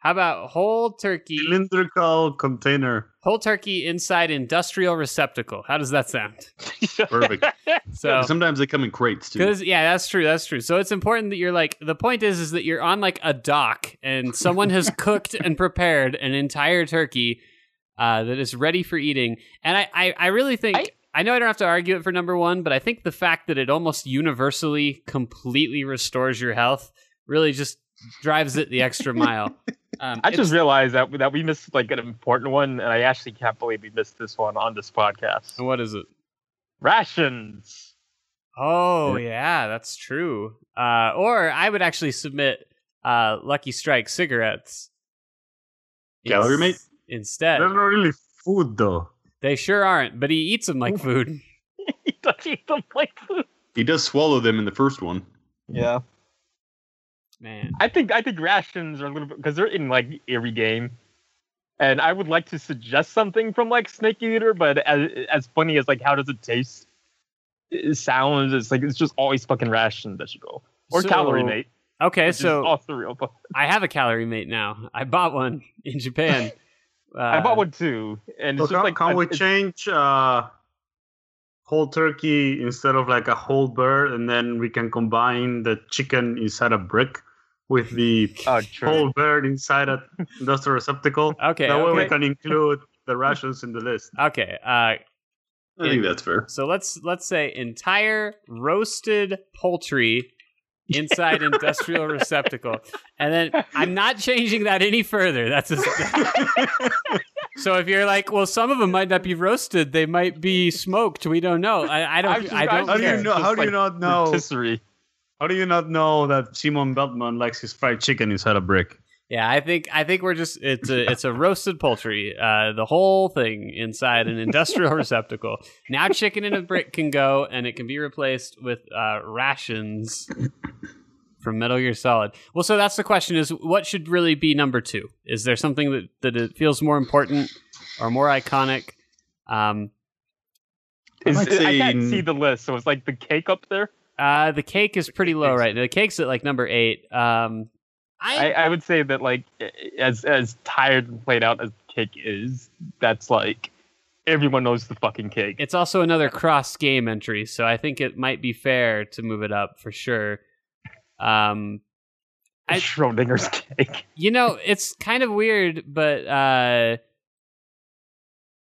A: How about whole turkey,
B: cylindrical container.
A: whole turkey inside industrial receptacle? How does that sound?
D: (laughs) perfect.
A: So
D: Sometimes they come in crates too.
A: Because yeah, that's true. That's true. So it's important that you're like the point is is that you're on like a dock and someone
C: (laughs)
A: has cooked and prepared an entire turkey uh, that is ready for eating. And I I, I really think I,
C: I-
A: know I don't have to argue it for number one, but I think the fact that it almost universally completely restores your health really just drives it the extra mile.
C: (laughs)
A: Um,
C: I
A: it's-
C: just realized that that we missed like an important one, and I actually can't believe we missed this one on this podcast.
A: what is it?
C: Rations. (laughs)
A: Oh yeah, that's true. Uh, or I would actually submit uh, Lucky Strike cigarettes.
D: Gallery mate?
A: Instead,
B: They're not really food though.
A: they sure aren't. But he eats them like food.
C: He doesn't even like food.
D: He does swallow them in the first one.
C: Yeah,
A: Man,
C: I think I think rations are a little bit because they're in like every game, and I would like to suggest something from like Snake Eater, but as as funny as like how does it taste, it sounds it's like it's just always fucking rations that should go or
A: So-
C: calorie mate.
A: Okay,
C: which is
A: so
C: also real. But
A: I have a calorie mate now. I bought one in Japan. Uh,
C: (laughs) I bought one too, and
B: So
C: it's just
B: can,
C: like
B: can
C: a-
B: we
C: it's-
B: change uh, whole turkey instead of like a whole bird, and then we can combine the chicken inside a brick with the
C: Oh, true.
B: whole bird
A: (laughs)
B: inside a industrial receptacle?
A: Okay,
B: that way we
A: okay,
B: can include the rations in the list.
A: okay. Uh,
D: I think that's fair.
A: so let's let's say entire roasted poultry inside industrial receptacle, and then I'm not changing that any further. That's as, (laughs) so. If you're like, well, some of them might not be roasted; they might be smoked. We don't know. I, I don't.
C: I'm just-
A: I don't
C: I'm
B: How do
A: care.
B: you know? How do you not know?
C: Rotisserie.
B: How do you not know that Simon Beltman likes his fried chicken inside a brick?
A: Yeah, I think I think we're just it's a it's a roasted poultry, uh, the whole thing inside an industrial (laughs) receptacle. Now chicken in a brick can go, and it can be replaced with uh, rations from Metal Gear Solid. Well, so that's the question: is what should really be number two? Is there something that that it feels more important or more iconic? Um,
C: Is,
D: might
C: I
D: say-
C: can't see the list, so it's like the cake up there.
A: uh, the cake is pretty low right now. The cake's at like number eight. Um,
C: I, I would say that like eh, as as tired and played out as cake is, that's like everyone knows the fucking cake.
A: It's also another cross game entry, so I think it might be fair to move it up for sure. Um, (laughs) I-
C: Schrodinger's cake.
A: you know, it's kind of weird, but uh,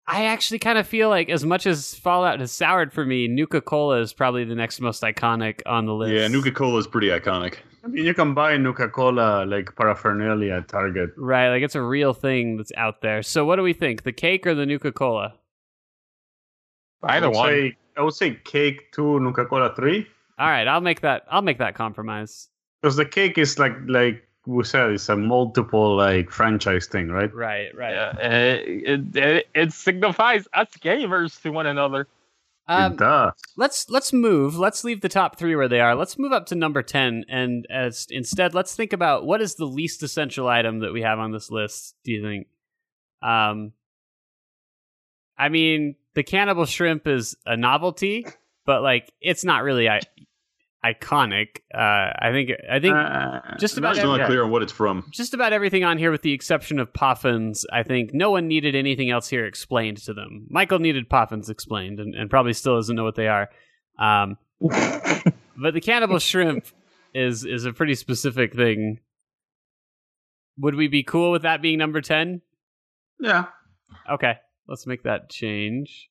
A: I actually kind of feel like as much as Fallout has soured for me, Nuka Cola is probably the next most iconic on the list.
D: Yeah, Nuka Cola is pretty iconic.
B: I mean, you can buy Nuka Cola like paraphernalia at Target.
A: Right, like it's a real thing that's out there. So, what do we think? The cake or the Nuka Cola?
C: Either
B: I would
C: one.
B: Say, I would say cake two, Nuka Cola three,
A: All right, I'll make that. I'll make that compromise.
B: because the cake is like like we said, it's a multiple like franchise thing, right?
A: Right, right.
C: Yeah, it, it, it, it signifies us gamers to one another.
A: Um,
B: it does.
A: let's let's move. Let's leave the top three where they are. Let's move up to number ten, and as, instead, let's think about what is the least essential item that we have on this list. Do you think? Um, I mean, the cannibal shrimp is a novelty, but like it's not really I- iconic. Uh, I think I think
B: Uh,
A: just
D: I'm
A: about
D: still
A: every-
D: not clear on what it's from.
A: just about everything on here, with the exception of Poffins, I think no one needed anything else here explained to them. Michael needed Poffins explained, and, and probably still doesn't know what they are. Um, but the cannibal shrimp is is a pretty specific thing. Would we be cool with that being number ten?
B: yeah.
A: Okay, let's make that change.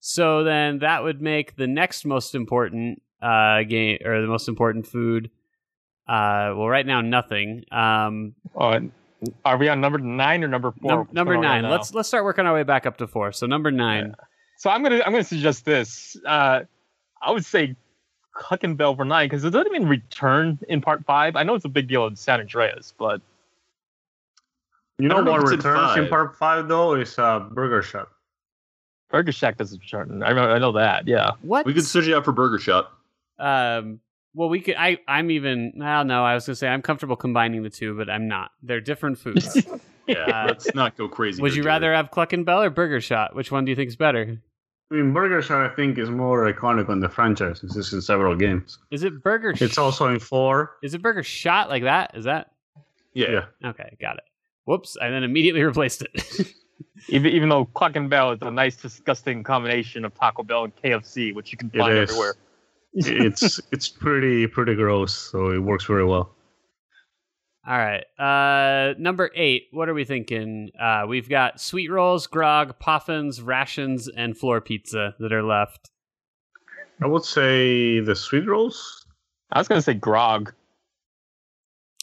A: So then that would make the next most important uh, game or the most important food. Uh, well, right now nothing. Um,
C: Uh, are we on number nine or number four?
A: Num-
C: What's
A: number
C: going on
A: nine.
C: now?
A: Let's let's start working our way back up to four. So number nine.
C: So I'm gonna I'm gonna suggest this. Uh, I would say Huckin Bell for nine because it doesn't even return in part five. I know it's a big deal in San Andreas, but
B: You
D: I
B: know
D: don't know
B: what
D: if it's in
B: returns in
D: five.
B: part five though is uh, Burger Shot.
C: Burger Shack doesn't return. I remember, I know that. Yeah,
A: What?
D: We could switch it out for Burger Shot.
A: um, well, we could. I, I'm even. I don't know. I was gonna say I'm comfortable combining the two, but I'm not. They're different foods.
D: Yeah, (laughs) let's not go crazy.
A: Would
D: here,
A: you
D: Jared.
A: rather have Cluck and Bell or Burger Shot? Which one do you think is better?
B: I mean, Burger Shot I think is more iconic on the franchise. since It's in several games.
A: Is it Burger? Sh-
B: It's also in four.
A: Is it Burger Shot like that? Is that
D: Yeah.
B: (laughs) Yeah.
A: okay? Got it. Whoops! And then immediately (laughs) replaced it.
C: even even though Cluck and Bell is a nice, disgusting combination of Taco Bell and KFC, which you can
B: It
C: find
B: is.
C: everywhere.
B: it's it's pretty pretty gross, so it works very well.
A: All right. Uh, number eight. What are we thinking? Uh, we've got sweet rolls, grog, puffins, rations, and floor pizza that are left.
B: I would say the sweet rolls.
C: I was gonna say Grog.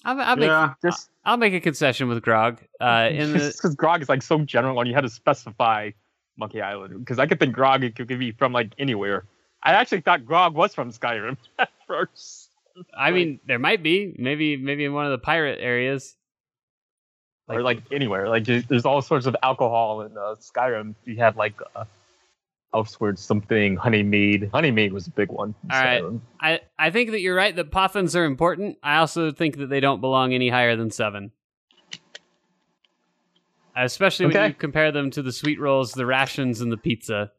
A: I'll, I'll make
B: yeah,
C: Just
A: I'll make a concession with grog.
C: (laughs)
B: (laughs)
A: Uh, in the
C: because Grog is like so general, and you had to specify Monkey Island because I could think Grog it could be from like anywhere. I actually thought Grog was from Skyrim (laughs) at first.
A: I mean, there might be maybe maybe in one of the pirate areas.
C: or like anywhere. Like there's there's all sorts of alcohol in uh, Skyrim. You had like uh, elsewhere something honeymead. Honeymead was a big one. in
A: All right.
C: Skyrim.
A: I I think that you're right that puffins are important. I also think that they don't belong any higher than seven. Especially when
C: Okay.
A: you compare them to the sweet rolls, the rations, and the pizza.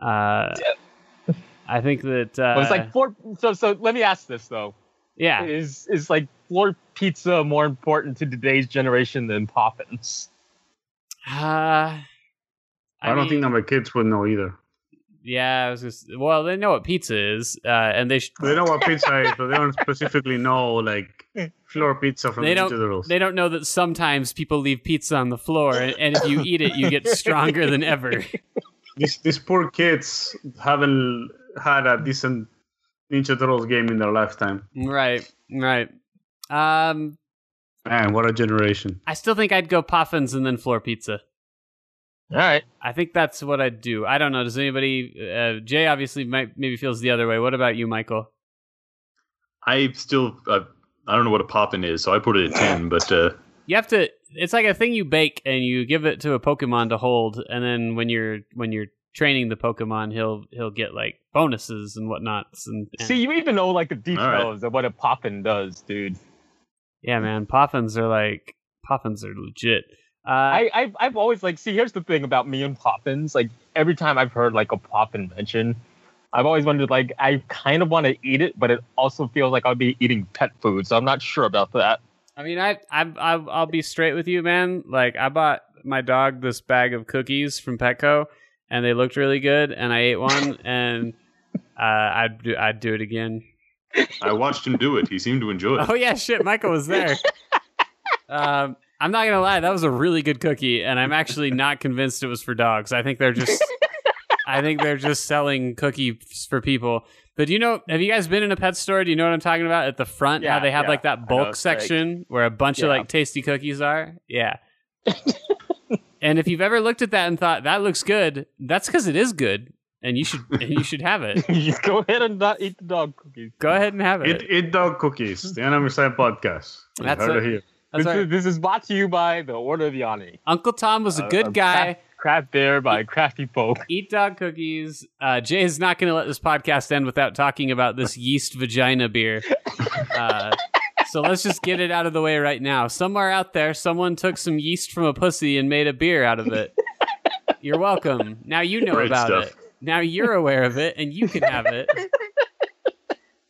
A: Uh, I think that uh,
C: But it's like floor. So so let me ask this though:
A: yeah,
C: Is is like floor pizza more important to today's generation than poppins?
A: uh, I,
B: I, don't
A: mean,
B: think that my kids would know either.
A: Yeah, I was just, well, they know what pizza is, uh, and they sh-
B: They know what pizza is, but they don't specifically know like floor pizza from
A: They
B: the
A: don't-
B: sweet rolls.
A: they don't know that sometimes people leave pizza on the floor, and, and if you eat it, you get stronger than ever.
B: These these poor kids haven't had a decent Ninja Turtles game in their lifetime.
A: right, right. Um,
B: Man, what a generation!
A: I still think I'd go puffins and then floor pizza.
C: All right.
A: I think that's what I'd do. I don't know. Does anybody? Uh, Jay obviously might maybe feels the other way. What about you, Michael?
D: I still, uh, I don't know what a poppin is, so I put it at 10, but uh,
A: You have to. It's like a thing you bake and you give it to a Pokemon to hold, and then when you're when you're training the Pokemon, he'll he'll get like bonuses and whatnots. And, and-
C: See, you even know like the
D: right.
C: details of what a poppin does, dude.
A: yeah, man, puffins are like puffins are legit. Uh,
C: I, I've, I've always like see here's the thing about me and poppins like every time i've heard like a poppin mention i've always wondered like i kind of want to eat it but it also feels like i'll be eating pet food so i'm not sure about that (laughs)
A: I mean, I, I, I, I'll be straight with you, man. Like, I bought my dog this bag of cookies from Petco, and they looked really good, and I ate one, and uh, I'd do, I'd do it again.
D: I watched him do it. He seemed to enjoy it.
A: (laughs) Oh yeah, shit, Michael was
C: (laughs)
A: there. um, I'm not gonna lie, that was a really good cookie, and I'm actually not convinced it was for dogs. I think they're
C: (laughs)
A: just, I think they're just selling cookies for people. But do you know? Have you guys been in a pet store? Do you know what I'm talking about? At the front, how
C: Yeah,
A: they have
C: yeah.
A: like
C: I know,
A: that bulk
C: it's like-
A: section where a bunch of
C: Yeah.
A: like tasty cookies are.
C: (laughs)
A: Yeah. and if you've ever looked at that and thought that looks good, that's because it is good, and you should and you should have it.
C: just go ahead and not eat the dog cookies
A: Go ahead and have it.
B: Eat, eat dog cookies. The Anime Side Podcast. You
A: That's
B: heard
A: a-
B: it here.
A: That's
C: this,
A: right.
C: is, this is brought to you by the order of yanni
A: Uncle Tom was a
C: Uh,
A: good
C: uh,
A: guy.
C: craft beer by crafty folk
A: Eat dog cookies. Uh, Jay is not going to let this podcast end without talking about this yeast vagina beer. Uh, so let's just get it out of the way right now. Somewhere out there, someone took some yeast from a pussy and made a beer out of it. You're welcome. Now you know
D: Great
A: about
D: stuff.
A: it. Now you're aware of it, and you can have it.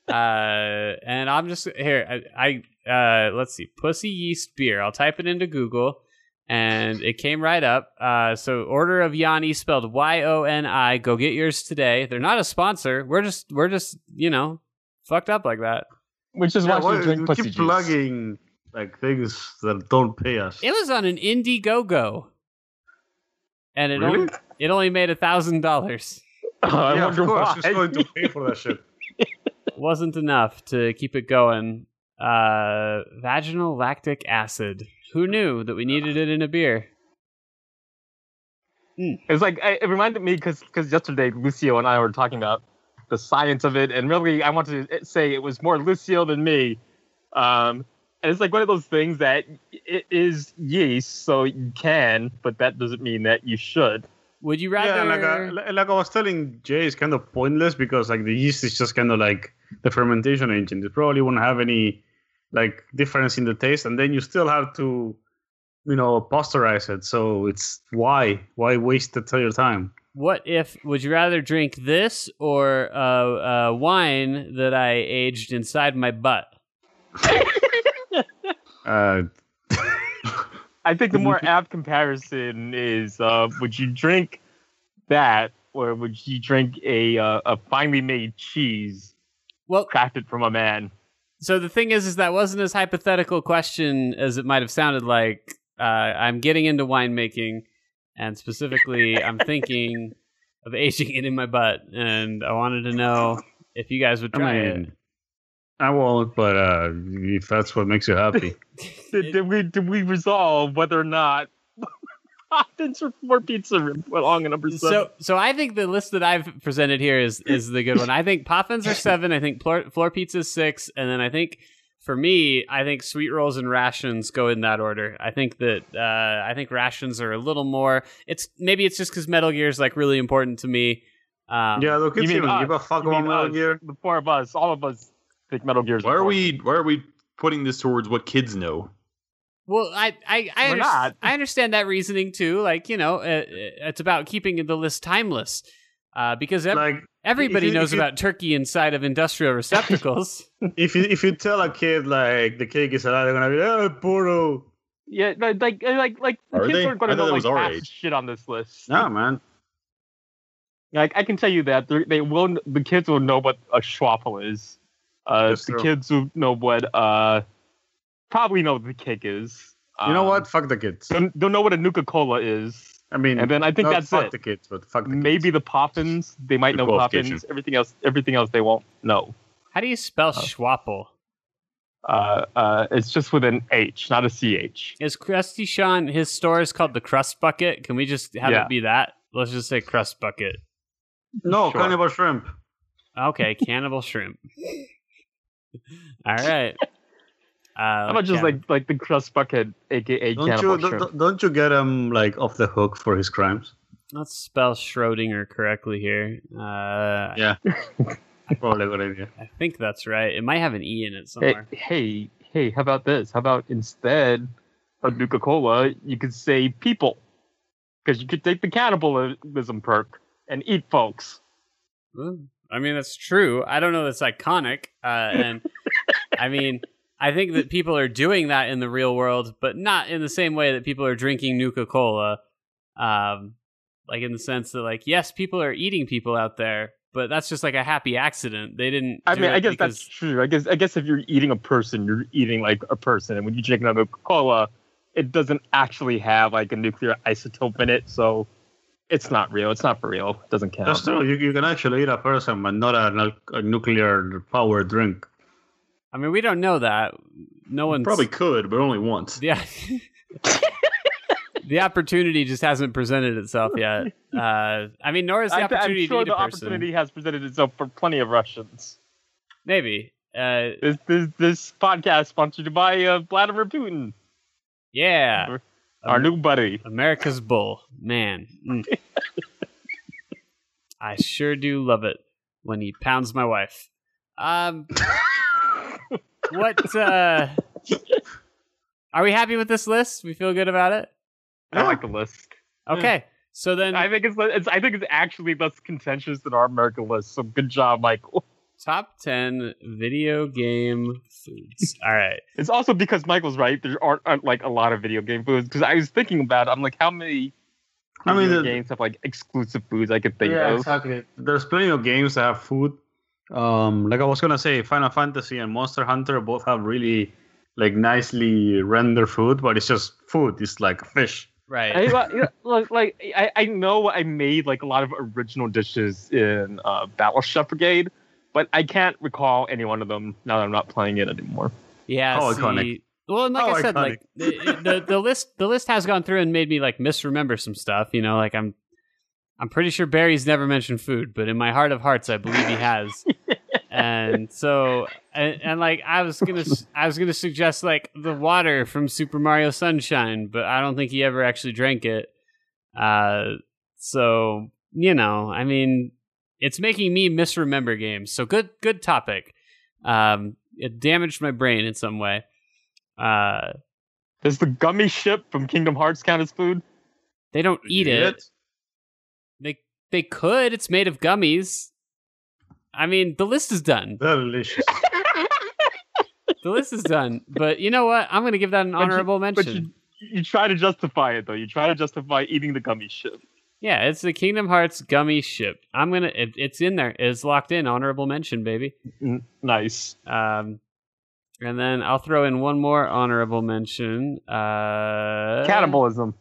A: Uh, and I'm just here. I, I uh, let's see, pussy yeast beer. I'll type it into Google, and it came right up. Uh, so order of Yanni spelled Y O N I. Go get yours today. They're not a sponsor. We're just we're just you know fucked up like that.
C: which is
B: Yeah,
C: why
B: why-
C: you drink
B: we
C: pussy
B: keep
C: juice (laughs)
B: plugging like things that don't pay us.
A: It was on an Indiegogo, and it
D: Really?
A: only it only made a thousand dollars.
C: i
B: yeah, of
C: wonder
B: course,
C: why
B: who's going to pay for that shit?
A: Wasn't enough to keep it going. Uh, vaginal lactic acid. Who knew that we needed it in a beer?
C: It's like I- it reminded me because yesterday Lucio and I were talking about the science of it. And really, I want to eh, say it was more Lucio than me. Um, and it's like one of those things that it is yeast, so you can, but that doesn't mean that you should.
A: Would you
B: Yeah,
A: rather?
B: like, I, li- like I was telling Jay, it's kind of pointless because like the yeast is just kind of like the fermentation engine. It probably won't have any like difference in the taste, and then you still have to, you know, pasteurize it. So it's why why waste the your time?
A: what if? Would you rather drink this or uh, uh, wine that I aged inside my butt?
B: Uh,
C: I think the more apt comparison is: uh, would you drink that, or would you drink a uh, a finely made cheese
A: Well,
C: crafted from a man?
A: so the thing is, is that wasn't as hypothetical question as it might have sounded like. Uh, I'm getting into winemaking, and specifically, I'm
B: (laughs)
A: thinking of aging it in my butt, and I wanted to know if you guys would
B: I
A: try
B: mean, I won't. But uh, if that's what makes you
C: (laughs)
B: happy,
C: Uh, Did, did we did we resolve whether or not (laughs) Hopkins or more pizza belong in number
A: it.
C: seven?
A: So, so I think the list that I've presented here is is the good one. I think puffins are seven. I think floor, floor pizza is six, and then I think for me, I think sweet rolls and rations go in that order. I think that uh, I think rations are a little more. It's maybe it's just because Metal Gear is like really important to me. Um,
B: yeah. Look,
C: you
B: it's
C: mean
B: you
C: us.
B: give a fuck
C: You
B: about
C: mean
B: Metal
C: us.
B: Gear.
C: the four of us, all of us, think Metal Gear's.
D: Why are
C: important.
D: we why are we putting this towards what kids know?
A: Well, I I I,
C: We're
A: underst-
C: not.
A: I understand that reasoning too. Like you know, uh, it's about keeping the list timeless uh, because ev-
B: Like
A: everybody
B: if you-
A: knows
B: if you-
A: about turkey inside of industrial receptacles.
B: (laughs) if you if you tell a kid like the cake is alive, they're gonna be oh Puro.
C: Yeah, like like like, like the
D: Are
C: kids
D: they?
C: aren't going
D: I
C: to
D: thought
C: know
D: that
C: like
D: was our
C: half the
D: age.
C: shit on this list.
B: No Ah, man.
C: Like I can tell you that they're- they will. The kids will know what a schwaffle is. Uh,
B: That's
C: the
B: true.
C: kids will know what uh, probably know what the cake is.
B: You know
C: Um,
B: what? Fuck the kids.
C: Don't, don't know what a Nuka Cola is.
B: I mean,
C: And then I think
B: not
C: that's
B: fuck
C: it.
B: the kids, but fuck the kids.
C: Maybe the poppins. They might
D: Good
C: know
D: qualification.
C: poppins. Everything else, everything else, they won't know.
A: How do you spell
B: Oh.
A: schwappel?
C: Uh, uh, it's just with an H, not a CH.
A: Is Krusty Sean his store is called the Crust Bucket? Can we just have
C: Yeah.
A: it be that? Let's just say Crust Bucket.
B: No,
C: Sure.
B: carnival shrimp.
C: (laughs)
A: Okay, cannibal shrimp. (laughs) All right. Uh,
C: (laughs) How about just like like the crust bucket, aka
B: Don't
C: cannibal
B: you don't,
C: shrimp?
B: don't- don't you get him like off the hook for his crimes?
A: let's spell Schrodinger correctly here. Uh,
B: Probably a good idea.
A: I think that's right. It might have an E in it
C: Hey,
A: somewhere.
C: hey, hey, how about this? How about instead of Nuka Cola, you could say people? Because you could take the cannibalism perk and eat folks.
A: Well, I mean, that's true. I don't know that's iconic. Uh, and I mean, I think that people are doing that in the real world, but not in the same way that people are drinking Nuka Cola. Um, like, in the sense that, like, yes, people are eating people out there, but that's just like a happy accident. They didn't.
C: I
A: do
C: mean,
A: it
C: I guess
A: because-
C: that's true. I guess I guess if you're eating a person, you're eating like a person, and when you drink another Nuka Cola, it doesn't actually have like a nuclear isotope in it, so it's not real. It's not for real. It doesn't count.
B: That's true. You, you can actually eat a person, but not a, nu- a nuclear powered drink.
A: I mean, we don't know that. No one's.
D: Probably could, but only once.
A: (laughs) Yeah. the opportunity just hasn't presented itself
C: (laughs)
A: yet. Uh, I mean, nor is the
C: I'm, I'm
A: opportunity
C: sure
A: to eat
C: the
A: a person.
C: opportunity has presented itself for plenty of Russians.
A: Maybe. Uh,
C: This this this podcast sponsored by uh, Vladimir Putin,
A: yeah. Um,
C: our new buddy.
A: America's bull, man.
B: (laughs)
A: Mm. I sure do love it when he pounds my wife.
B: (laughs)
A: Um, what uh, are we happy with this list? We feel good about it.
C: I like the list.
B: Hmm.
A: Okay, so then
C: Ah. I think it's, it's I think it's actually less contentious than our American list. So good job, Michael.
A: top ten video game foods. All right,
C: It's also because Michael's right. There aren't, aren't like a lot of video game foods. Because I was thinking about, it, I'm like, how many
B: I mean,
C: video
B: the-
C: games have like exclusive foods I could think of?
B: exactly. There's plenty of games that have food. Um, like I was gonna say, Final Fantasy and Monster Hunter both have really like nicely rendered food, but it's just food. It's like fish.
A: right.
C: I, well, yeah, like, like I, I know I made like a lot of original dishes in uh, Battle Chef Brigade, but I can't recall any one of them now that I'm not playing it anymore.
A: Yeah.
B: How
A: see-
B: iconic.
A: Well, and like
B: How
A: I said,
B: iconic.
A: like
B: (laughs)
A: the, the the list the list has gone through and made me like misremember some stuff. You know, like I'm I'm pretty sure Barry's never mentioned food, but in my heart of hearts, I believe he has. and so, and, and like I was gonna, s- I was gonna suggest like the water from Super Mario Sunshine, but I don't think he ever actually drank it. Uh, so you know, I mean, it's making me misremember games. So good, good topic. Um, it damaged my brain in some way. Uh,
C: Does the gummy ship from Kingdom Hearts count as food?
A: they don't eat it. They they could. It's made of gummies. I mean, the list is done.
B: Delicious.
A: The list is
C: (laughs)
A: done. But you know what? I'm going to give that an
C: But you-
A: honorable
C: But
A: mention.
C: you, you try to justify it though. You try to justify eating the gummy ship.
A: yeah, it's the Kingdom Hearts gummy ship. I'm gonna. It, it's in there. It's locked in. Honorable mention, baby.
C: Nice.
A: Um, and then I'll throw in one more honorable mention. Uh,
C: Cannibalism.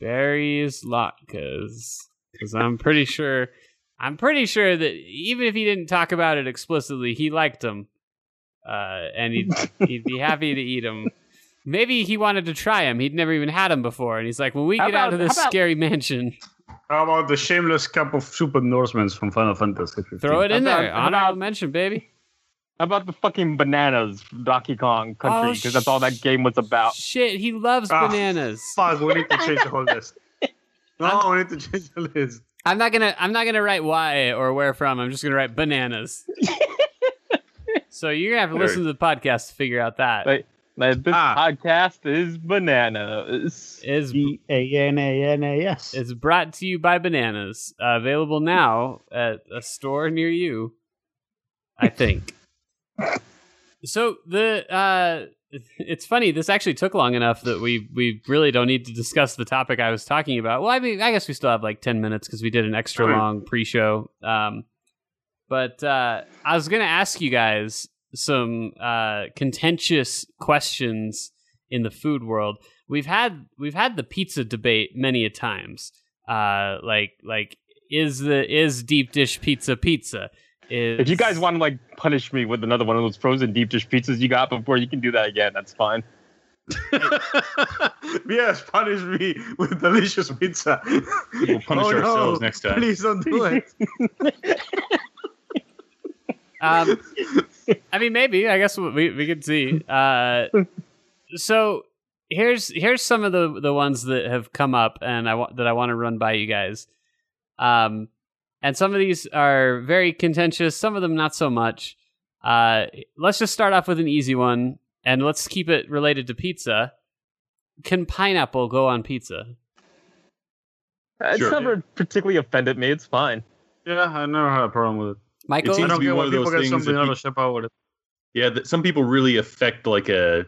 A: Barry's latkes because I'm pretty sure I'm pretty sure that even if he didn't talk about it explicitly, he liked them, uh, and he'd, he'd be happy to eat them. Maybe he wanted to try them. He'd never even had them before, and he's like, "When we
C: How
A: get out
C: about-
A: of this
C: how about-
A: scary mansion,
B: (laughs) How about the shameless cup of soup and Norsemans from Final Fantasy? 15?
A: throw it in
C: How about-
A: there."
C: how about-
A: Honorable mention, baby.
C: How about the fucking bananas from Donkey Kong Country?
A: Oh,
C: Because that's all that game was about.
A: Shit, he loves
B: Ah,
A: bananas.
B: Fuck, we need to change the whole (laughs) list. No, we need to change the list.
A: I'm not gonna I'm not gonna write why or where from. I'm just gonna write bananas. so you're gonna have to
D: There.
A: listen to the podcast to figure out that.
C: Like- Like, this
B: Ah.
C: podcast is bananas.
A: Is
B: B A N A N A (laughs) S.
A: is brought to you by Bananas, uh, available now at a store near you, I think. so the uh, it's funny. This actually took long enough that we we really don't need to discuss the topic I was talking about. Well, I mean, I guess we still have like ten minutes because we did an extra
D: Right.
A: long pre-show. Um, but uh, I was gonna ask you guys some uh, contentious questions in the food world. We've had we've had the pizza debate many a times. Uh, like like is the is deep dish pizza pizza? Is,
C: If you guys want to like punish me with another one of those frozen deep dish pizzas you got before, you can do that again. That's fine.
B: yes, punish me with delicious pizza.
D: We'll punish
B: Oh, no.
D: ourselves next time.
B: Please don't do it.
A: um, I mean, maybe. I guess we we could see. Uh, so here's here's some of the the ones that have come up, and I want that I want to run by you guys. Um, and some of these are very contentious. Some of them not so much. Uh, let's just start off with an easy one, and let's keep it related to pizza. Can pineapple go on pizza?
C: Uh, It's
D: Sure.
C: never particularly offended me. It's fine.
B: (laughs) Yeah, I never had a problem with it.
D: It
A: Michael,
B: I
D: seems-
B: don't
D: to be
B: get
D: one
B: why
D: of
B: people
D: those
B: get
D: things
B: something
D: that
B: out
D: you-
B: of shape with it.
D: Yeah, that some people really affect like a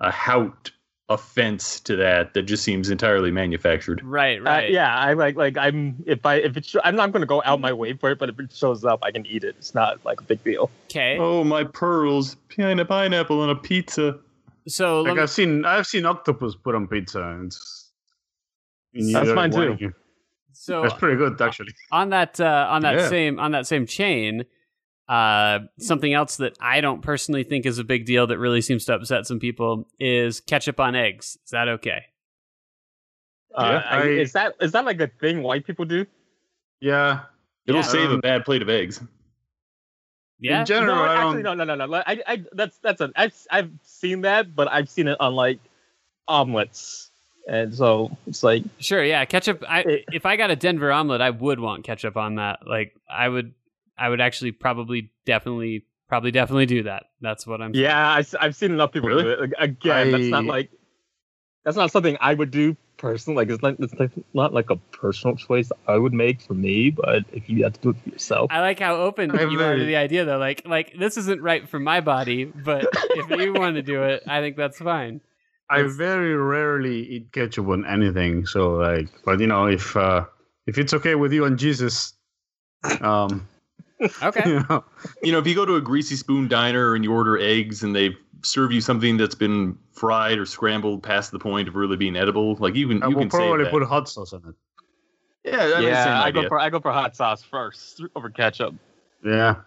D: a hout offense to that that just seems entirely manufactured.
A: right,
C: Uh,
A: right,
C: yeah, I like like I'm if I if it's I'm not gonna go out my way for it, but if it shows up, I can eat it. It's not like a big deal.
A: okay.
D: Oh my pearls! Pine a pineapple on a pizza.
A: So let
B: Like
A: me-
B: I've seen, I've seen octopus put on pizza. And it's, you
C: That's
B: don't
C: mine
B: want
C: too.
B: it.
A: so
B: That's pretty good, actually.
A: on that uh, on that
D: Yeah.
A: same on that same chain, uh, something else that I don't personally think is a big deal that really seems to upset some people is ketchup on eggs. Is that okay?
C: Uh,
B: Yeah,
C: I-
B: I-
C: is that is that like a thing white people do?
B: Yeah.
D: It'll
A: Yeah.
D: save a
B: Um,
D: bad plate of eggs.
A: Yeah,
B: In general,
C: no,
B: I don't.
C: actually, no, no, no, no. Like, I, I, that's that's an I've I've seen that, but I've seen it on like omelets, and so it's like
A: sure. Yeah, ketchup. I,
C: It-
A: if I got a Denver omelet, I would want ketchup on that. Like, I would, I would actually probably definitely probably definitely do that. That's what I'm.
C: yeah, I, have seen enough people
D: Really?
C: do it. Like, again, that's not
B: I-
C: like that's not something I would do personally. Like it's not it's like, not like a personal choice I would make for me, but if you have to do it for yourself,
A: I like how open
B: I've
A: you are to
B: learned.
A: the idea, though. Like, like this isn't right for my body, but if you want to do it, I think that's fine.
B: I
A: It's-
B: very rarely eat ketchup on anything. So like, but you know, if uh, if it's okay with you and Jesus, um, (laughs)
A: Okay.
B: you know,
D: You know, if you go to a greasy spoon diner and you order eggs and they serve you something that's been fried or scrambled past the point of really being edible, like you can
B: I
D: you
B: will
D: can save
B: probably
D: that.
B: put hot sauce on it.
D: yeah, I mean, same
C: yeah, I
D: idea.
C: go for I go for hot sauce first over ketchup.
B: Yeah.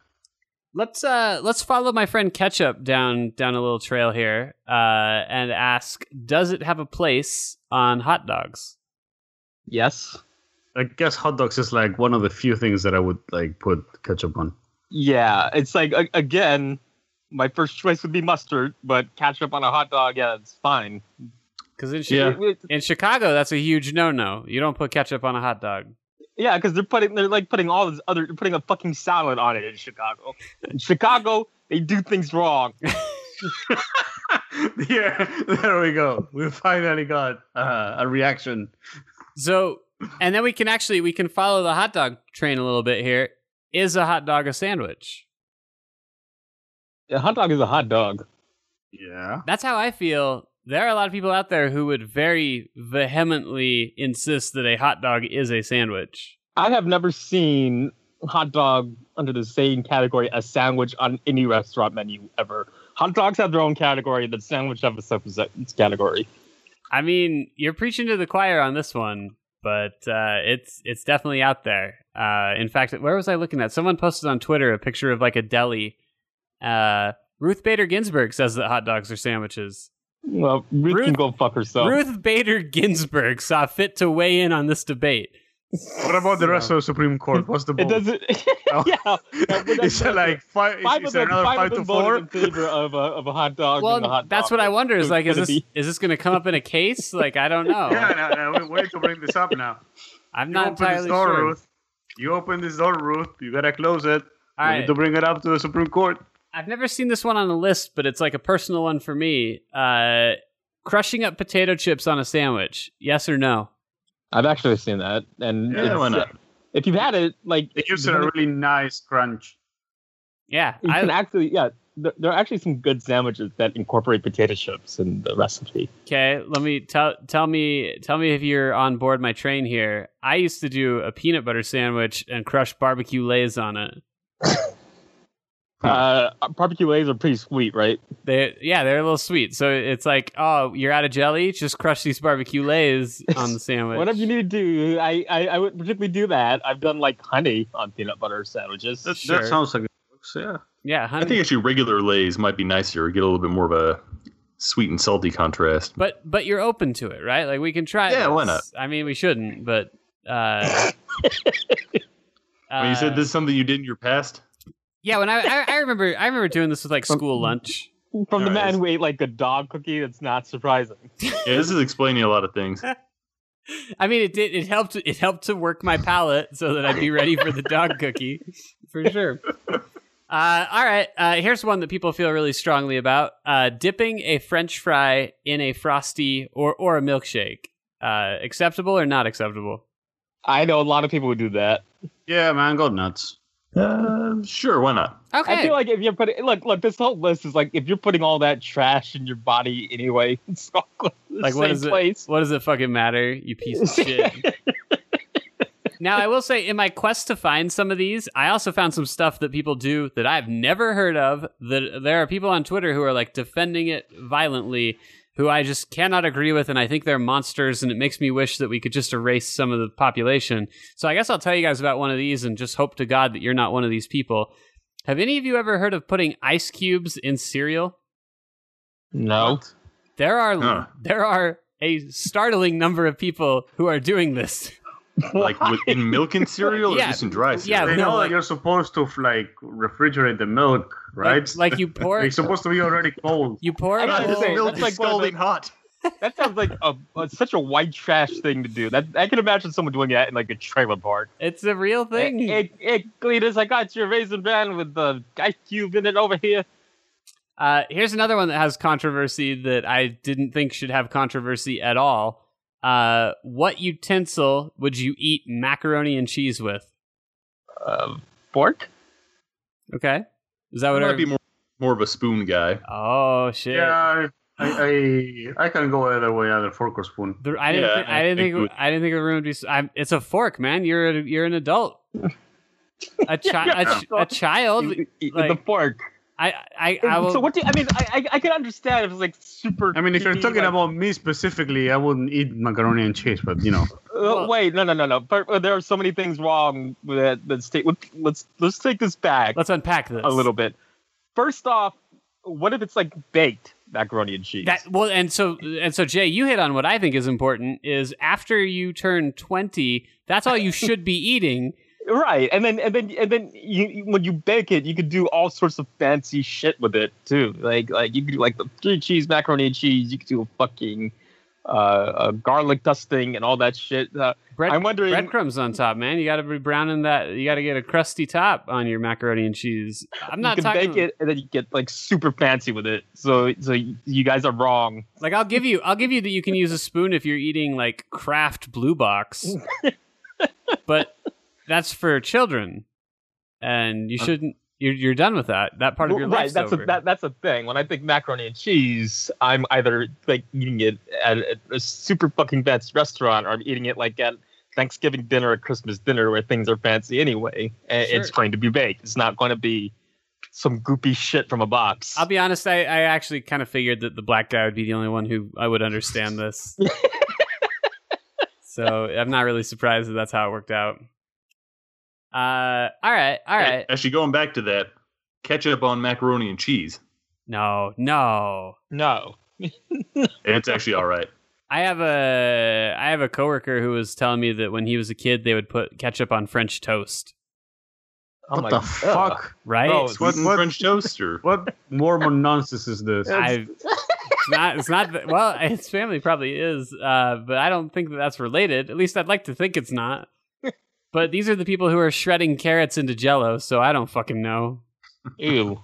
A: Let's uh let's follow my friend Ketchup down down a little trail here uh and ask does it have a place on hot dogs?
C: Yes,
B: I guess hot dogs is like one of the few things that I would like put ketchup on.
C: Yeah, it's like a- again, my first choice would be mustard, but ketchup on a hot dog, yeah, it's fine.
A: Because in, Chi-
D: Yeah.
C: It- it-
A: in Chicago, that's a huge no-no. You don't put ketchup on a hot dog.
C: Yeah, because they're putting they're like putting all this other they're putting a fucking salad on it in Chicago. In Chicago, they do things wrong.
B: (laughs) yeah, there we go. We finally got uh, a reaction.
A: So, and then we can actually we can follow the hot dog train a little bit here. Is a hot dog a sandwich?
C: A hot dog is a hot dog.
B: Yeah.
A: That's how I feel. There are a lot of people out there who would very vehemently insist that a hot dog is a sandwich.
C: I have never seen hot dog under the same category as sandwich on any restaurant menu ever. Hot dogs have their own category, the sandwich have a separate category.
A: I mean, you're preaching to the choir on this one, but uh, it's it's definitely out there. Uh, in fact, where was I looking at? Someone posted on Twitter a picture of like a deli. Uh, Ruth Bader Ginsburg says that hot dogs are sandwiches.
C: Well, Ruth,
A: Ruth-
C: can go fuck herself.
A: Ruth Bader Ginsburg saw fit to weigh in on this debate.
B: What about the rest of the Supreme Court? What's the
C: (laughs)
B: vote? (laughs)
C: it doesn't.
B: Oh.
C: yeah,
B: is it like five? Is,
C: five
B: is
C: of
B: there
C: them,
B: another
C: five,
B: five,
C: of them
B: to four?
C: voted in favor of a, of a hot dog.
A: well,
C: and a hot
A: that's what
C: dog.
A: I wonder. Is
C: So
A: like,
C: it's
A: is
C: gonna
A: this is this going to come up in a case? Like, I don't know.
B: (laughs) (laughs) Yeah, no, no, we need to bring this up now.
A: I'm
B: you
A: not
B: open
A: entirely
B: this door,
A: sure.
B: Ruth. You open this door, Ruth. You gotta close it.
A: All
B: we
A: right.
B: need to bring it up to the Supreme Court.
A: I've never seen this one on the list, but it's like a personal one for me. Uh, crushing up potato chips on a sandwich. Yes or no?
C: I've actually seen that, and
B: Yeah,
C: it's-
D: why not?
C: If you've had it, like
B: It gives it a really nice crunch.
C: (laughs)
A: Yeah.
C: you can
A: I,
C: actually, yeah, there, there are actually some good sandwiches that incorporate potato chips in the recipe.
A: okay. Let me tell tell me tell me if you're on board my train here. I used to do a peanut butter sandwich and crush barbecue lays on it. Hmm.
C: Uh, barbecue lays are pretty sweet, right?
A: They yeah, they're a little sweet. So it's like, oh, you're out of jelly, just crush these barbecue lays
C: (laughs)
A: on the sandwich.
C: Whatever you need to do, I, I I would particularly do that. I've done like honey on peanut butter sandwiches.
D: That,
A: Sure.
D: that sounds like it works, yeah.
A: Yeah,
D: I
A: honey.
D: think actually regular Lays might be nicer. Get a little bit more of a sweet and salty contrast.
A: but but you're open to it, right? Like we can try.
D: Yeah, why
A: this. I mean, we shouldn't, but.
D: (laughs)
A: Uh,
D: I mean, you
A: uh,
D: said this is something you did in your past.
A: Yeah, when I, I I remember I remember doing this with like
D: Um,
A: school lunch.
C: From the
D: Alright.
C: man who ate like a dog cookie, that's not surprising.
D: Yeah, this is explaining a lot of
C: (laughs)
D: things.
A: I mean, it did it helped it helped to work my palate so that I'd be ready for the dog cookie for sure. Uh, all right, uh, here's one that people feel really strongly about: uh, dipping a French fry in a frosty or or a milkshake. Uh, acceptable or not acceptable?
C: I know a lot of people would do that.
B: Yeah, man, go nuts.
D: Uh, sure, why not?
A: Okay,
C: I feel like if you're putting look, look, this whole list is like if you're putting all that trash in your body anyway, (laughs) it's all the
A: Like,
C: same
A: what is it?
C: place.
A: What does it fucking matter, you piece of shit? now, I will say, in my quest to find some of these, I also found some stuff that people do that I've never heard of. That there are people on Twitter who are like defending it violently, who I just cannot agree with, and I think they're monsters, and it makes me wish that we could just erase some of the population. So I guess I'll tell you guys about one of these and just hope to God that you're not one of these people. Have any of you ever heard of putting ice cubes in cereal?
C: No.
A: There
C: Oh.
A: are
D: Huh.
A: there are a startling number of people who are
D: (laughs)
A: doing this.
D: Like with, in milk and cereal, or
A: Yeah.
D: just in dry
A: Yeah,
D: cereal.
B: they
A: no,
B: know
A: like-
B: that you're supposed to like refrigerate the milk, right?
D: (laughs)
A: Like, like you pour
B: it's supposed to be already cold.
A: (laughs) you pour a
C: I was gonna
A: bowl.
C: say,
D: milk
C: that's
D: is
C: like one of
D: scalding
C: the-
D: hot.
C: That sounds like a, a such a white trash thing to do. That I can imagine someone doing that in like a trailer park.
A: It's a real thing.
C: Hey, hey, hey, Cletus, I got your raisin bran with the ice cube in it over here.
A: uh, here's another one that has controversy that I didn't think should have controversy at all. Uh, what utensil would you eat macaroni and cheese with?
C: Uh, fork?
A: Okay, is that
D: I
A: what?
D: might
A: our-
D: be more, more of a spoon guy.
A: oh shit!
B: Yeah, I, I I can go either way, either fork or spoon.
A: The- I didn't.
D: Yeah,
A: think,
D: I
A: I didn't
D: think
A: think.
D: we-
A: I didn't think the room would be. s- I'm, it's a fork, man. You're a, you're
D: (laughs)
A: an adult. A, chi- a, ch- a child.
C: Eat- eat with
A: like-
C: the fork.
A: I I, I will.
C: So what do you, I mean? I, I I can understand if it's like super.
B: I mean, if you're
C: creepy,
B: talking
C: like-
B: about me specifically, I wouldn't eat macaroni and cheese, but you know,
C: Uh, wait, no, no, no, no. But, uh, there are so many things wrong with that. Let's take let's let's, let's take this back
A: Let's unpack this
C: a little bit. First off, what if it's like baked? macaroni and cheese.
A: That well, and so and so, Jay, you hit on what I think is important: is after you turn twenty, that's
C: (laughs)
A: all you should be eating.
C: right, and then and then and then you, you- when you bake it, you could do all sorts of fancy shit with it too. Like like you could do like the three cheese macaroni and cheese. You could do a fucking uh, a garlic dusting and all that shit. Uh,
A: Bread,
C: I'm wondering.
A: breadcrumbs on top, man. You got to be browning that. You got to get a crusty top on your macaroni and cheese. I'm not
C: you can
A: talking
C: bake it and then you get like super fancy with it. So so you you guys are wrong.
A: like I'll give you. I'll give you that you can use a spoon if you're eating like Kraft Blue
C: (laughs)
A: Box, but that's for children, and you shouldn't. You're, you're done with that. That part of your
C: Uh, Well, right,
A: life's
C: that's
A: over.
C: a that, that's a thing. When I think macaroni and cheese, I'm either like eating it at a, a super fucking fancy restaurant, or I'm eating it like at Thanksgiving dinner or Christmas dinner where things are fancy anyway. And It's
A: Sure.
C: going to be baked. It's not going to be some goopy shit from a box.
A: I'll be honest. I, I actually kind of figured that the black guy would be the only one who I would understand this. so I'm not really surprised that that's how it worked out. Uh, all right, all right.
D: Actually, going back to that, ketchup on macaroni and cheese.
A: No, no. Oh
C: no.
D: And it's actually all right.
A: I have a I have a coworker who was telling me that when he was a kid, they would put ketchup on French toast.
C: I'm
B: what
C: like,
B: the
C: ugh.
B: fuck?
A: Right?
C: Oh,
A: It's
D: What,
B: What- what-
D: French toast or
B: What Mormon nonsense is this?
A: I, (laughs) it's not. It's not. that- Well, his family probably is, uh, but I don't think that that's related. At least I'd like to think it's not. But these are the people who are shredding carrots into Jello, so I don't fucking know.
C: Ew.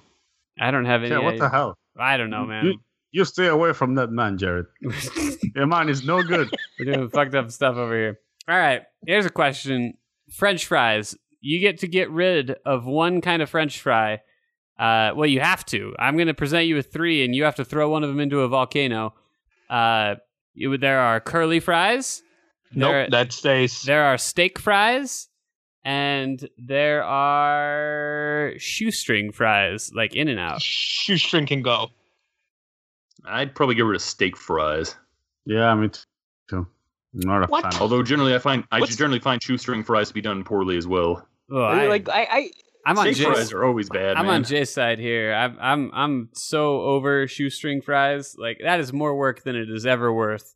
A: I don't have any.
B: yeah, what the hell?
A: I don't know, man.
B: You stay away from that man, Jared.
A: (laughs)
B: (laughs) Your man is no
C: (laughs)
B: good.
A: We're doing fucked up stuff over here. All right, here's a question: French fries. You get to get rid of one kind of French fry. Uh, well, you have to. I'm going to present you with three, and you have to throw one of them into a volcano. Uh, you, there are curly fries. There,
C: Nope. That stays.
A: there are steak fries, and there are shoestring fries, like In and Out.
C: Shoestring can go.
D: I'd probably get rid of steak fries.
B: yeah, me too. Not a
C: What? Oh,
B: fan.
D: Although generally, I find I
C: What's-
D: generally find shoestring fries to be done poorly as well.
A: Oh, I,
C: like I, I
A: I'm on
D: Steak
A: Jay's-
D: fries are always bad.
A: I'm
D: man.
A: on Jay's side here. I'm I'm I'm so over shoestring fries. Like that is more work than it is ever worth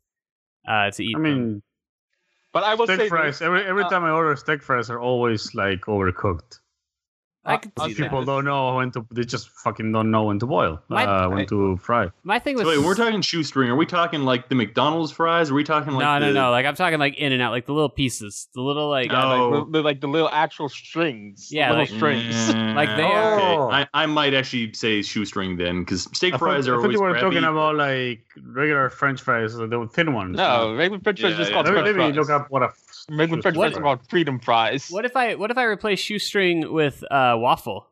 A: uh, to eat.
B: I mean,
C: but I will say
B: steak fries. Every every
C: uh,
B: time I order steak fries, are always like overcooked.
A: them. I could
C: uh,
A: see that.
B: People don't know when to. They just fucking don't know when to boil.
A: My-
B: uh, when
C: I-
B: to fry.
A: My thing was
D: So wait, we're talking shoestring. Are we talking like the McDonald's fries? Are we talking like
A: no,
D: the,
A: no, no. Like I'm talking like in and out, like the little pieces, the little like
D: Oh.
C: like, the- the, like the little actual strings. the
A: Yeah,
C: little
D: (laughs)
A: like- mm.
C: strings.
A: Like they
B: are-
D: Okay,
B: Oh.
D: I, I might actually say shoestring then, because steak
B: I
D: fries
B: thought,
D: are
B: I thought
D: always
B: you were
D: crappy.
B: talking about like regular French fries, the thin ones.
C: No, regular French fries
D: Yeah,
C: just
D: yeah.
C: called
B: let me,
C: French
B: let me
C: fries.
B: look up what a
C: Regular French
A: What-
C: fries are called freedom fries.
A: What if I what if I replace shoestring with uh, waffle?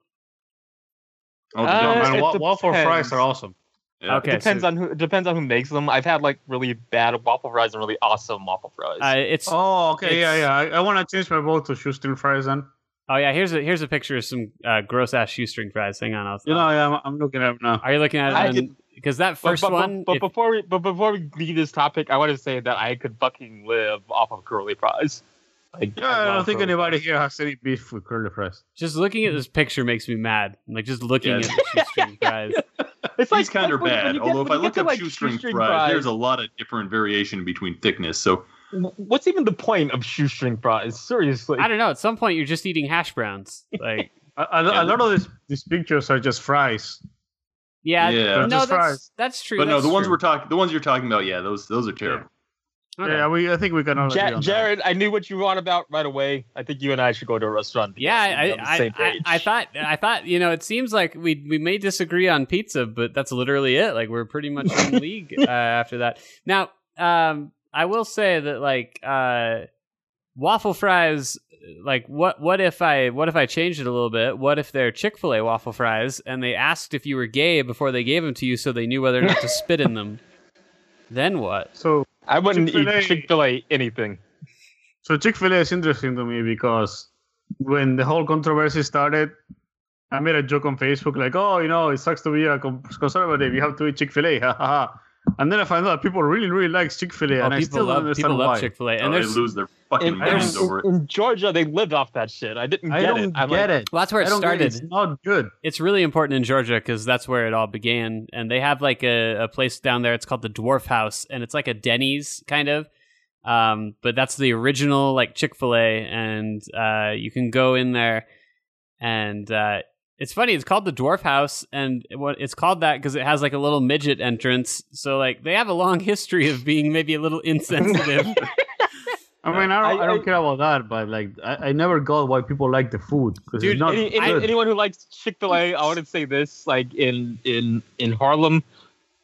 D: Oh,
C: Uh,
D: dumb.
C: it
B: Man, wa- waffle
C: depends.
B: fries are awesome.
D: Yeah.
A: Uh, okay.
C: depends
A: so-
C: on who it depends on who makes them. I've had like really bad waffle fries and really awesome waffle fries.
A: Uh, it's oh.
B: Oh, okay, yeah,
A: It's-
B: yeah. I, I want to change my vote to shoestring fries then.
A: oh, yeah, here's a here's a picture of some uh, gross ass shoestring fries. Hang on, I'll,
B: You know, yeah, I'm, I'm looking at it now.
A: are you looking
C: I
A: at it?
C: did-
A: Because that
C: But-
A: first
C: but, but-
A: one,
C: but,
A: if-
C: before we but before we leave this topic, I want to say that I could fucking live off of curly fries. Like,
B: Yeah, I
C: love
B: don't think
C: curly
B: anybody here has any beef with curly fries.
A: just looking at this picture makes me mad. Like just looking
D: Yeah.
A: at the shoestring fries.
C: fries. It's
D: These kind
C: like
D: are
C: when- when
D: bad.
C: you get-
D: Although if I
C: when you
D: look
C: get to,
D: up
C: like,
D: shoestring, fries, there's a lot of different variation between thickness. So
C: what's even the point of shoestring fries? Seriously,
A: I don't know. At some point, you're just eating hash browns.
D: (laughs)
A: Like,
B: A, a,
D: Yeah,
B: a lot of these, these pictures are just fries.
A: yeah,
D: Yeah.
A: no,
B: Just
A: that's
B: fries.
A: that's true.
D: but no,
A: that's
D: the ones
A: true.
D: we're talking, the ones you're talking about, yeah, those those are terrible.
A: Okay.
B: Yeah, we I think we can all agree
C: Ja-
B: on that.
C: Jared, I knew what you were on about right away. I think you and I should go to a restaurant.
A: Yeah, I,
C: together. We're on the
A: I,
C: same
A: I,
C: page.
A: I thought, I thought, you know, it seems like we we may disagree on pizza, but that's literally it. Like we're pretty much
C: (laughs)
A: in league uh, after that. Now, um, I will say that like uh, waffle fries, like what what if I what if I changed it a little bit? What if they're Chick fil A waffle fries and they asked if you were gay before they gave them to you, so they knew whether or not to spit in
C: (laughs)
A: them? Then what?
B: So,
C: I wouldn't
B: Chick-fil-A.
C: eat Chick Fil A anything.
B: so Chick Fil A is interesting to me because when the whole controversy started, I made a joke on Facebook like, "Oh, you know, it sucks to be a con- conservative. You have to eat Chick Fil A." Ha ha ha. And then I find out people really, really like Chick Fil A,
A: Oh,
B: and I
A: people
B: still don't
A: love,
B: understand
A: people
B: why.
A: love Chick Fil A,
D: And
A: and
D: Oh, they
A: there's well,
D: lose their fucking
C: In,
D: minds
C: in,
D: over it.
C: in Georgia, they lived off that shit. I didn't get
B: I
C: it.
B: don't
C: I'm like,
B: get it.
A: that's where
B: I
A: it
B: don't get
A: started.
B: it. It's not good.
A: it's really important in Georgia because that's where it all began. And they have like a, a place down there. It's called the Dwarf House, and it's like a Denny's kind of. Um, but that's the original like Chick Fil A, and uh, you can go in there, and uh, it's funny. It's called the Dwarf House, and it- what it's called that because it has like a little midget entrance. So like they have a long (laughs) history of being maybe a little
B: (laughs)
A: insensitive.
B: I mean, I don't, I,
C: I-
B: don't
C: I-
B: care about that, but like, I, I never got why people like the food because
A: Dude,
B: it's not
C: Any,
B: good.
C: any, anyone who likes Chick Fil A, I want to say this: like in in in Harlem,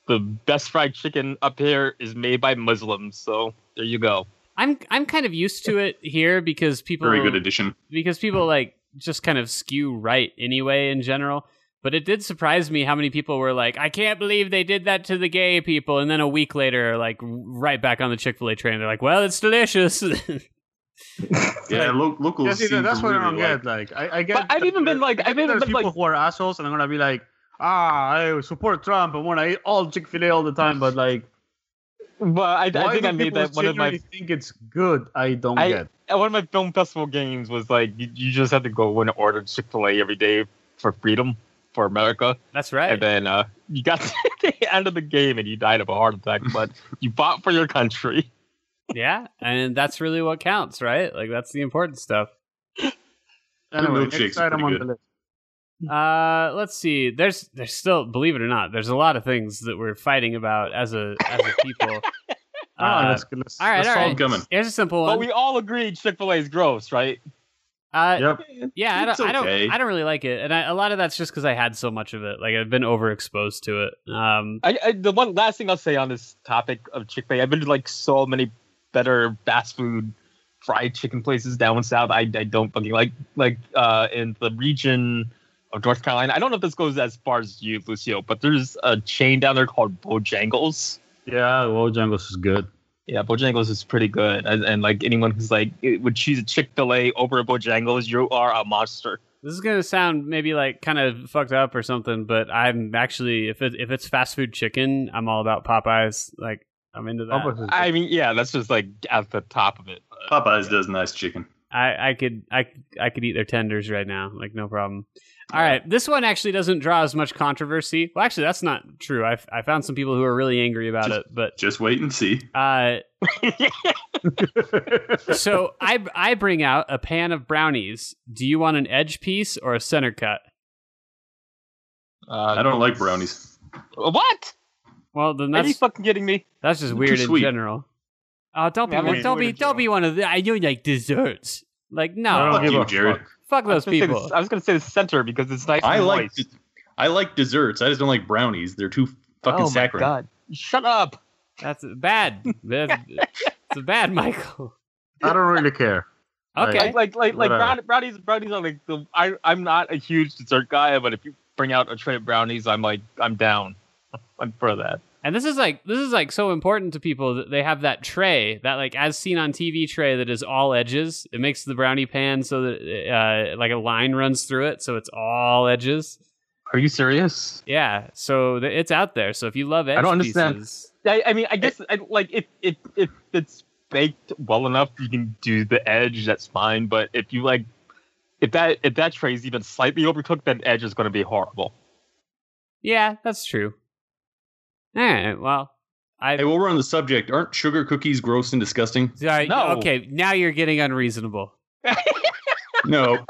C: the best fried chicken up here is made by Muslims. So there you go.
A: I'm I'm kind of used to it here because people
D: Very good addition.
A: because people like just kind of skew right anyway in general. But it did surprise me how many people were like, "I can't believe they did that to the gay people," and then a week later, like right back on the Chick Fil A train, they're like, "Well, it's delicious." (laughs)
D: Yeah, lo- locals.
B: That's,
D: seem
B: either,
D: to
B: that's what I
D: really
B: don't
D: like-
B: get. Like, I, I get.
C: But I've
B: that
C: even been
B: there-
C: like- I've even
B: there's
C: been
B: people
C: like-
B: who are assholes, and I'm gonna be like, ah, I support Trump and want to eat all Chick Fil A all the time, but like,
C: But I,
B: why
C: I think
B: do
C: I made
B: people
C: that one of my
B: genuinely think it's good. I don't
C: I-
B: get.
C: at one of my film festival games was like you, you just had to go and order Chick Fil A every day for freedom for America,
A: That's
C: and
A: right.
C: then uh, you got to (laughs) the end of the game and you died of a heart attack, (laughs) but you fought for your country.
A: Yeah, and that's really what counts, right? Like that's the important stuff.
B: Anyway,
D: milkshakes
B: next
D: are
B: item
D: pretty
B: on the
D: good.
B: list.
A: Uh, let's see. There's there's still, believe it or not, there's a lot of things that we're fighting about as a as a
C: (laughs)
A: people.
B: Ah,
A: Uh,
B: let's, let's,
A: all right,
B: let's
A: all
B: solve
A: right.
D: coming.
A: Here's a simple one.
C: But we all agreed Chick Fil A is gross, right?
A: Uh,
B: Yep.
A: Yeah, I
D: It's
A: don't, I
D: okay.
A: don't, I don't really like it, and I, a lot of that's just because I had so much of it. Like I've been overexposed to it. Um,
C: I, I the one last thing I'll say on this topic of Chick Fil A, I've been to like so many better fast food fried chicken places down south. I, I don't fucking like like uh in the region of North Carolina. I don't know if this goes as far as you, Lucio, but there's a chain down there called Bojangles.
B: Yeah, Bojangles is good.
C: Yeah, Bojangles is pretty good, and, and like anyone who's like it would choose a Chick Fil A over a Bojangles, you are a monster.
A: this is gonna sound maybe like kind of fucked up or something, but I'm actually if it, if it's fast food chicken, I'm all about Popeyes. Like I'm into that.
B: Popeyes is good.
C: (laughs) I mean, yeah, that's just like at the top of it.
D: Popeyes does nice chicken.
A: I, I could I I could eat their tenders right now, like no problem. All right, this one actually doesn't draw as much controversy. Well, actually, that's not true. I I found some people who are really angry about
D: Just-
A: it, but
D: Just wait and see.
A: uh, so I I bring out a pan of brownies. Do you want an edge piece or a center cut?
C: Uh,
D: I don't like brownies.
C: What?
A: Well, then
C: Are you
A: that's
C: fucking kidding me?
A: that's just
D: too
A: weird in
D: sweet.
A: general. Oh, don't be
C: Yeah,
A: one,
C: it's
A: don't
C: weird
A: be
C: in
A: don't be one of the. I do like desserts. Like
B: I
A: no,
B: don't
D: Fuck
B: give
D: you,
B: a
D: Jared.
B: fuck.
A: fuck
C: I
A: those
C: was gonna say
A: people.
C: this- I was going to say the center because it's nice.
D: I
C: and
D: like
C: moist.
D: I like desserts. I just don't like brownies. They're too fucking
C: oh
D: saccharine.
C: My God. Shut up.
A: That's bad. That's, it's bad, Michael.
B: I don't really
C: (laughs)
B: care.
A: Okay,
B: Right.
C: Like like like, like
B: Whatever.
C: brown, brownies brownies are like the I I'm not a huge dessert guy, but if you bring out a tray of brownies, I'm like I'm down. I'm for that.
A: and this is like this is like so important to people that they have that tray that like as seen on TV tray that is all edges. It makes the brownie pan so that uh, like a line runs through it, so it's all edges.
C: Are you serious?
A: Yeah, so th- it's out there. So if you love edge
C: don't understand.
A: pieces,
C: I, I mean, I guess I, like if if if it's baked well enough, you can do the edge. That's fine. But if you like, if that if that tray is even slightly overcooked, then edge is going to be horrible.
A: yeah, that's true. All right, well, I
D: Hey, while we're on the subject, aren't sugar cookies gross and disgusting? (laughs)
A: sorry,
C: No.
A: okay, now you're getting unreasonable.
D: No,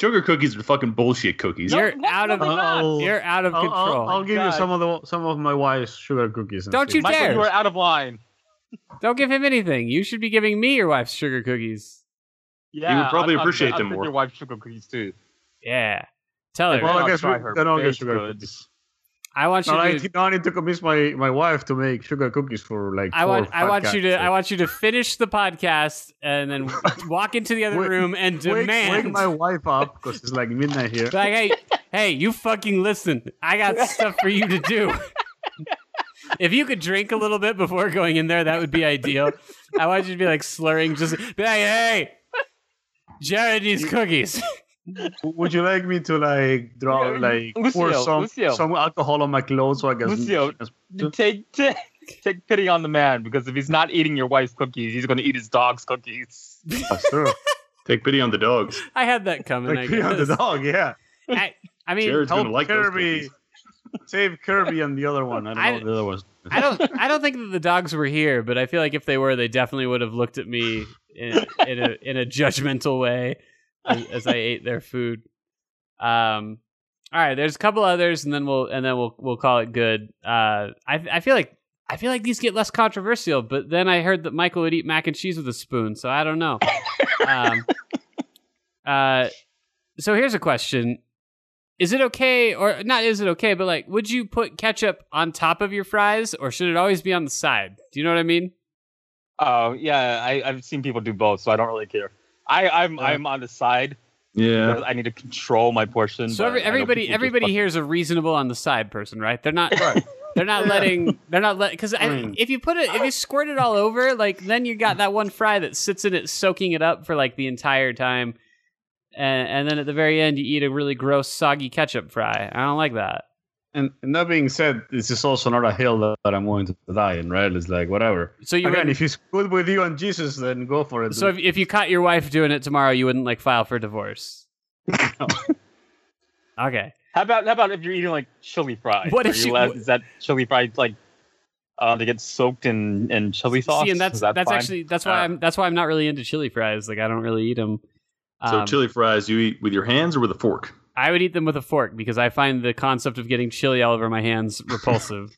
D: sugar cookies are fucking bullshit cookies.
C: No,
A: You're
C: no,
A: out of-
C: no, they're not.
B: I'll-
A: You're out of
B: I'll,
A: control.
B: I'll, I'll give you
C: God.
B: some of the some of my wife's sugar cookies. and
A: Don't
B: see.
A: you
C: Michael,
A: dare.
C: you are out of line.
A: Don't give him anything. You should be giving me your wife's sugar cookies.
C: Yeah,
D: probably
C: I'm- I'm-
D: appreciate
C: I'm
D: them
C: thinking
D: more.
C: Your wife's sugar cookies too.
A: Yeah, tell her.
B: Well, I
C: I'll
B: guess
C: try
B: we
C: her
B: can all get
C: baked
B: sugar
C: goods.
A: I want you
B: No, I,
A: to.
B: now I need to convince my, my wife to make sugar cookies for like.
A: I want.
B: four
A: I want
B: fat
A: you
B: guys.
A: to. I want you to finish the podcast and
B: (laughs)
A: then walk into the other
B: Wake-
A: room and
B: wake,
A: demand.
B: wake my wife up because it's like midnight
C: (laughs)
B: here.
A: like, hey, hey, you fucking listen. I got stuff for you to do. If you could drink a little bit before going in there, that would be ideal. I want you to be like slurring, just be like, hey, Jared needs cookies. (laughs)
B: Would you like me to like draw
C: Yeah,
B: like
C: Lucio,
B: pour some
C: Lucio.
B: (laughs) some alcohol on my clothes so I can?
C: Lucio. (laughs) Take take Take pity on the man because if he's not eating your wife's cookies, he's going to eat his dog's cookies.
B: That's true.
A: (laughs)
D: Take pity on the dogs.
A: I had that coming. I,
B: like beyond the
A: guess.
B: dog,
C: (laughs)
B: yeah.
A: I, I mean,
D: Jared's going to
B: help
D: like those
B: Kirby.
D: cookies.
B: (laughs) Save Kirby and the other one. I don't
A: I-
B: know what the other was.
A: I don't. I don't think that the dogs were here, but I feel like if they were, they definitely would have looked at me in, in a in a judgmental way as, as I ate their food. Um. All right. There's a couple others, and then we'll and then we'll we'll call it good. Uh. I I feel like I feel like these get less controversial, but then I heard that Michael would eat mac and cheese with a spoon, so I don't know. um. Uh. So here's a question: is it okay or not is it okay but like would you put ketchup on top of your fries or should it always be on the side do you know what i mean
C: Oh yeah, I, I've seen people do both, so I don't really care. I, I'm
B: Yeah.
C: I'm on the side.
D: Yeah.
C: because I need to control my portion.
A: so every,
C: but uh, I know
A: everybody
C: people just
A: everybody
C: fucking-
A: here is a reasonable on the side person right they're not
B: Right.
A: they're not
B: Yeah.
A: letting they're not letting because
B: I mean-
A: if you put it if you squirt it all over like then you got that one fry that sits in it soaking it up for like the entire time and, and then at the very end you eat a really gross soggy ketchup fry i don't like that
B: And, and that being said, this is also not a hill that, that I'm going to die in, right? It's like whatever.
A: so you
B: Again,
A: wouldn't-
B: if it's good with you and Jesus, then go for it.
A: so if, if you caught your wife doing it tomorrow you wouldn't like file for divorce okay
C: How about how about if you're eating like chili fries?
A: What
C: Are
A: if
C: you
A: she-
C: allowed- is that chili fries like uh, they get soaked in in chili sauce?
A: See, and
C: Is
A: that's
C: that
A: that's
C: fine?
A: actually that's why
C: Uh,
A: I'm that's why I'm not really into chili fries. Like I don't really eat them.
D: So
C: Um,
D: chili fries, you eat with your hands or with a fork?
A: I would eat them with a fork because I find the concept of getting chili all over my hands repulsive.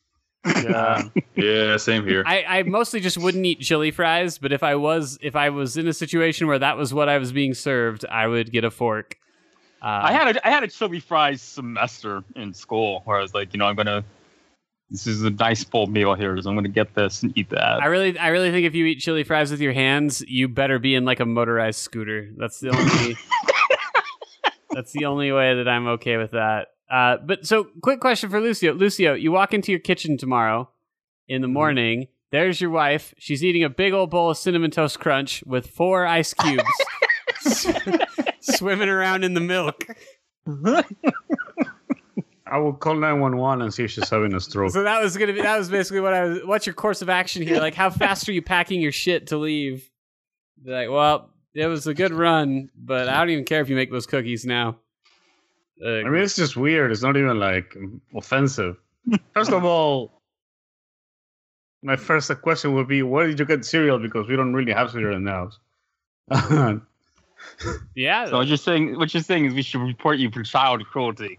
B: yeah.
D: Yeah, same
C: (laughs)
D: here.
A: I, I mostly just wouldn't eat chili fries, but if I was if I was in a situation where that was what I was being served, I would get a fork. Uh,
C: I had a I had a chili fries semester in school where I was like, you know, I'm gonna this is a nice full meal here, so I'm gonna get this and eat that.
A: I really I really think if you eat chili fries with your hands, you better be in like a motorized scooter. That's the only That's the only way that I'm okay with that. Uh, but so quick question for Lucio. Lucio, you walk into your kitchen tomorrow in the morning. There's your wife. She's eating a big old bowl of cinnamon toast crunch with four ice cubes (laughs) swimming around in the milk.
B: I will call 911 and see if she's having a stroke.
A: (laughs) So that was gonna be that was basically what I was. What's your course of action here? Like, how fast are you packing your shit to leave? Be like, well, it was a good run, but I don't even care if you make those cookies now. Uh,
B: I mean, it's just weird. It's not even like offensive. First of all, my first question would be, where did you get cereal? Because we don't really have cereal in the house. (laughs)
A: yeah,
C: (laughs) so what you're saying what you're saying is we should report you for child cruelty.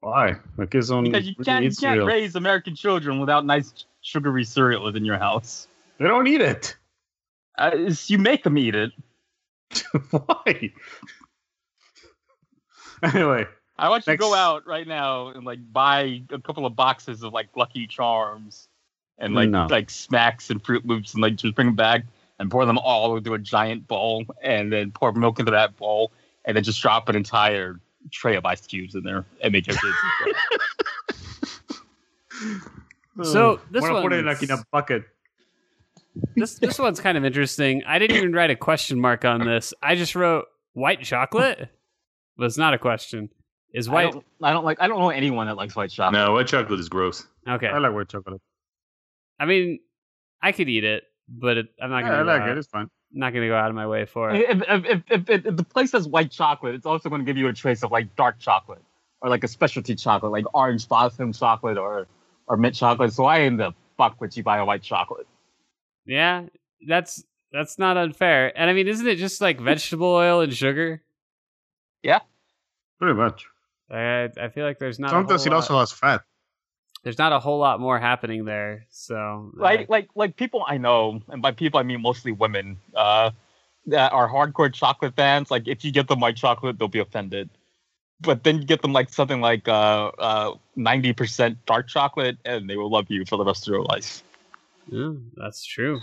B: Why? My kids don't
C: Because you
B: really
C: can't, you
B: eat
C: can't
B: cereal.
C: raise American children without nice ch- sugary cereal within your house.
B: They don't eat it. (laughs)
C: Uh, it's- you make them eat it.
B: Why? anyway,
C: I want you to go
B: Next-
C: out right now and like buy a couple of boxes of like Lucky Charms and like
B: No.
C: like snacks and Fruit Loops and like just bring them back and pour them all into a giant bowl and then pour milk into that bowl and then just drop an entire tray of ice cubes in there and make your kids. (laughs) eat them.
A: So, this
B: we're putting um, it
A: one's-
B: like in a bucket.
A: this this one's kind of interesting. I didn't even write a question mark on this. I just wrote white chocolate. Was not a question. Is
C: I
A: white
C: don't, I don't like. I don't know anyone that likes white chocolate.
D: no, white chocolate is gross.
A: okay?
B: I like white chocolate.
A: I mean, I could eat it, but it, I'm not
B: Yeah,
A: gonna.
B: I
A: go
B: like
A: out-
B: it. It's fine.
A: Not gonna go out of my way for it.
C: If, if, if, if, if the place has white chocolate, it's also going to give you a trace of like dark chocolate or like a specialty chocolate, like orange blossom chocolate or or mint chocolate. So why in the fuck would you buy a white chocolate?
A: Yeah, that's that's not unfair. And I mean, isn't it just like vegetable oil and sugar?
B: Pretty much.
A: I I feel like there's not
B: Sometimes
A: a
B: it
A: whole
B: also
A: lot,
B: has fat.
A: there's not a whole lot more happening there. So uh,
C: Like like like people I know, and by people I mean mostly women, uh, that are hardcore chocolate fans. Like if you get them white chocolate, they'll be offended. But then you get them like something like uh uh ninety percent dark chocolate, and they will love you for the rest of your life.
A: yeah, that's true.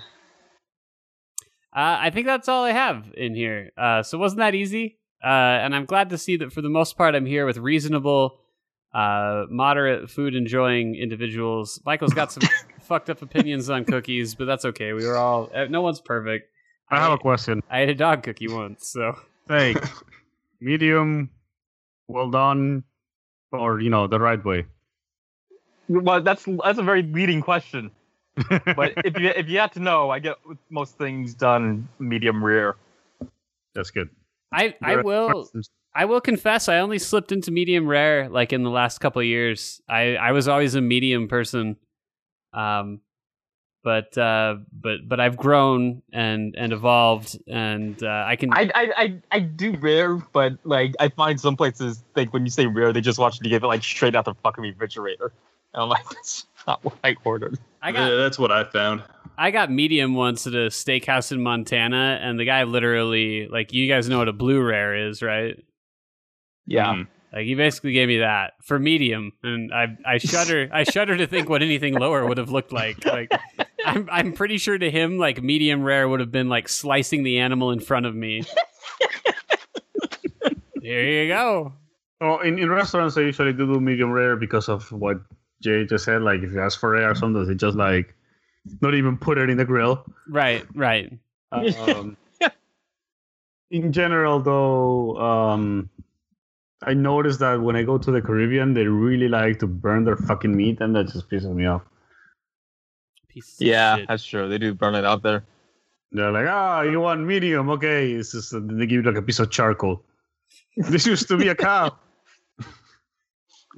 A: Uh, I think that's all I have in here. Uh, so wasn't that easy? Uh, and I'm glad to see that for the most part, I'm here with reasonable, uh, moderate food enjoying individuals. Michael's got
B: (laughs)
A: some fucked up opinions on cookies, but that's okay. We were all uh, no one's perfect.
B: I have a question.
A: I ate a dog cookie once, so
B: Like medium, well done, or you know the right way.
C: (laughs) Well, that's that's a very leading question. But if you if you had to know, I get most things done medium rare.
B: That's good.
A: I, I will I will confess I only slipped into medium rare like in the last couple of years. I, I was always a medium person. Um but uh but but I've grown and and evolved and uh, I can
C: I I, I, I do rare, but like I find some places like when you say rare, they just want you to give it like straight out the fucking refrigerator. And I'm like, (laughs) that's not what I ordered.
A: I got
D: Yeah, that's what I found.
A: I got medium once at a steakhouse in Montana and the guy literally like you guys know what a blue rare is, right?
C: Yeah.
D: Mm.
A: Like he basically gave me that for medium, and I I shudder I shudder to think what anything lower would have looked like. Like I'm I'm pretty sure to him like medium rare would have been like slicing the animal in front of me. Here you go.
B: Oh, in, in restaurants, I usually do do medium rare because of what Jay just said. Like, if you ask for rare, sometimes they just like not even put it in the grill.
A: Right, right.
B: Um, in general, though, um, I noticed that when I go to the Caribbean, they really like to burn their fucking meat, and that just pisses me off.
A: Piece of
C: Yeah,
A: shit.
C: that's true. They do burn it out there.
B: They're like, ah, you want medium? Okay, it's just uh, they give you like a piece of charcoal. (laughs) This used to be a cow.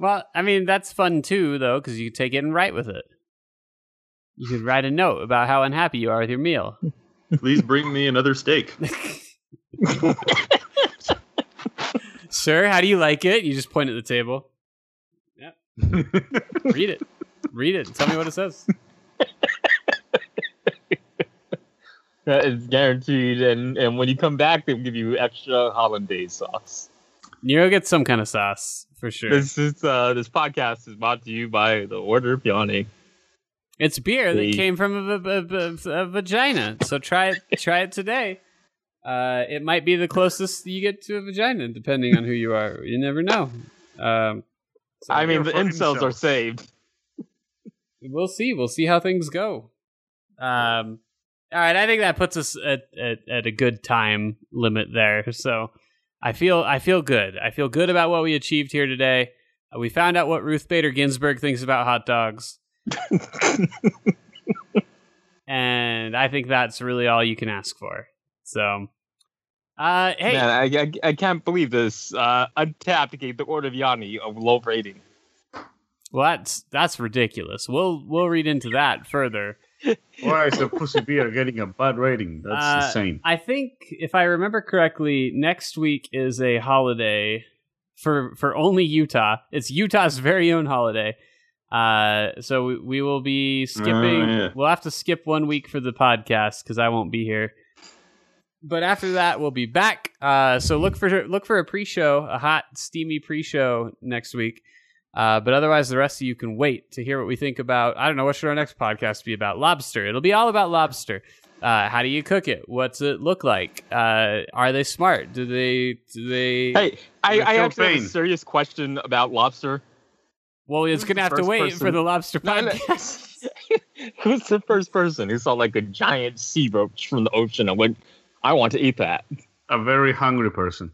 A: Well, I mean that's fun too, though, because you could take it and write with it. You could write a note about how unhappy you are with your meal.
D: Please bring me another steak.
A: Sir, how do you like it? You just point at the table. Yep. (laughs) Read it. Read it. Tell me what it says.
C: That is guaranteed. And and when you come back, they'll give you extra hollandaise sauce.
A: Nero gets some kind of sauce for sure.
C: This is uh, this podcast is brought to you by the Order of Yawning.
A: it's beer that
C: the-
A: came from a, a- a- a- a vagina, so try it. Try it today. Uh, it might be the closest you get to a vagina, depending on who you are. You never know. Um, so
C: I mean,
B: you're
C: the
B: fucking
C: incels are
B: cells.
C: saved.
A: we'll see. We'll see how things go. Um, all right, I think that puts us at, at, at a good time limit there. So I feel I feel good. I feel good about what we achieved here today. Uh, we found out what Ruth Bader Ginsburg thinks about hot dogs, and I think that's really all you can ask for. So, uh, hey,
C: Man, I, I, I can't believe this. Uh, untapped gave the Order of Yanni a low rating.
A: well that's that's ridiculous. We'll we'll read into that further.
B: Why is a pussy beer getting a bad rating? That's
A: Uh,
B: insane.
A: I think if I remember correctly, next week is a holiday for for only Utah. It's Utah's very own holiday. Uh, so we, we will be skipping.
D: yeah.
A: We'll have to skip one week for the podcast because I won't be here. But after that, we'll be back. Uh, so look for look for a pre-show, a hot, steamy pre-show next week. Uh, but otherwise, the rest of you can wait to hear what we think about. I don't know what should our next podcast be about. Lobster. It'll be all about lobster. Uh, how do you cook it? What's it look like? Uh, are they smart? Do they do they?
C: Hey, I,
B: You're
C: I
B: so
C: actually have
B: vain.
C: a serious question about lobster.
A: well, it's
C: who's
A: gonna
C: the
A: have to
C: first
A: wait
C: person?
A: for the lobster (laughs)
C: No, no.
A: podcast.
C: (laughs) Who's the first person who saw like a giant sea roach from the ocean and went, I want to eat that?
B: A very hungry person.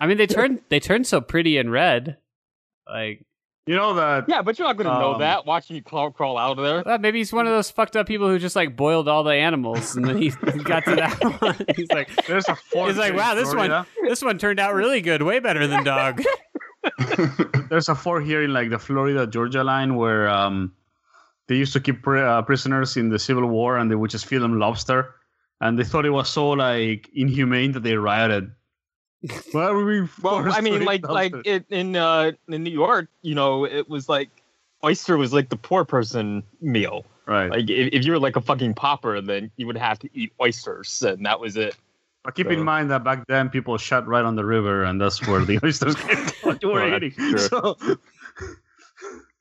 A: I mean, they turn they turn so pretty and red. Like
B: You know that
C: Yeah, but you're not going to know
B: Um,
C: that watching you crawl, crawl out of there.
A: well, uh, maybe he's one of those fucked up people who just like boiled all the animals and then he (laughs) got to that one. He's like,
B: there's a fort.
A: He's like,
B: in
A: wow, this one-
B: Florida.
A: this one turned out really good, way better than dog.
B: there's a fort here in like the Florida Georgia line where um, they used to keep pr- uh, prisoners in the Civil War, and they would just feed them lobster, and they thought it was so like inhumane that they rioted.
C: (laughs)
B: Why were we?
C: Well,
B: forced
C: I
B: to
C: mean,
B: eat
C: like like
B: lobster?
C: it, in uh, in New York, you know, it was like oyster was like the poor person meal.
B: right.
C: Like if, if you were like a fucking pauper, then you would have to eat oysters, and that was it.
B: but keep
C: so-
B: in mind that back then people shot right on the river, and that's where the (laughs) oysters came. from. you were
C: (laughs) Well,
B: eating.
C: that's
B: (laughs) So,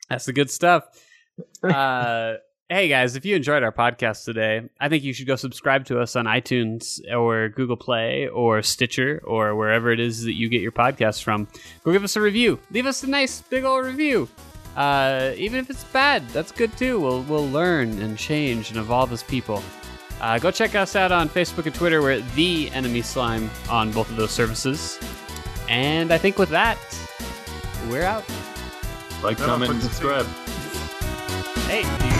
A: That's the good stuff. Uh, hey guys, if you enjoyed our podcast today, I think you should go subscribe to us on iTunes or Google Play or Stitcher or wherever it is that you get your podcasts from. Go give us a review. Leave us a nice big old review. Uh, even if it's bad, that's good too. We'll we'll learn and change and evolve as people. Uh, go check us out on Facebook and Twitter. We're at the Enemy Slime on both of those services. And I think with that, we're out.
C: (laughs)
D: Like, comment, and subscribe.
A: Hey, do you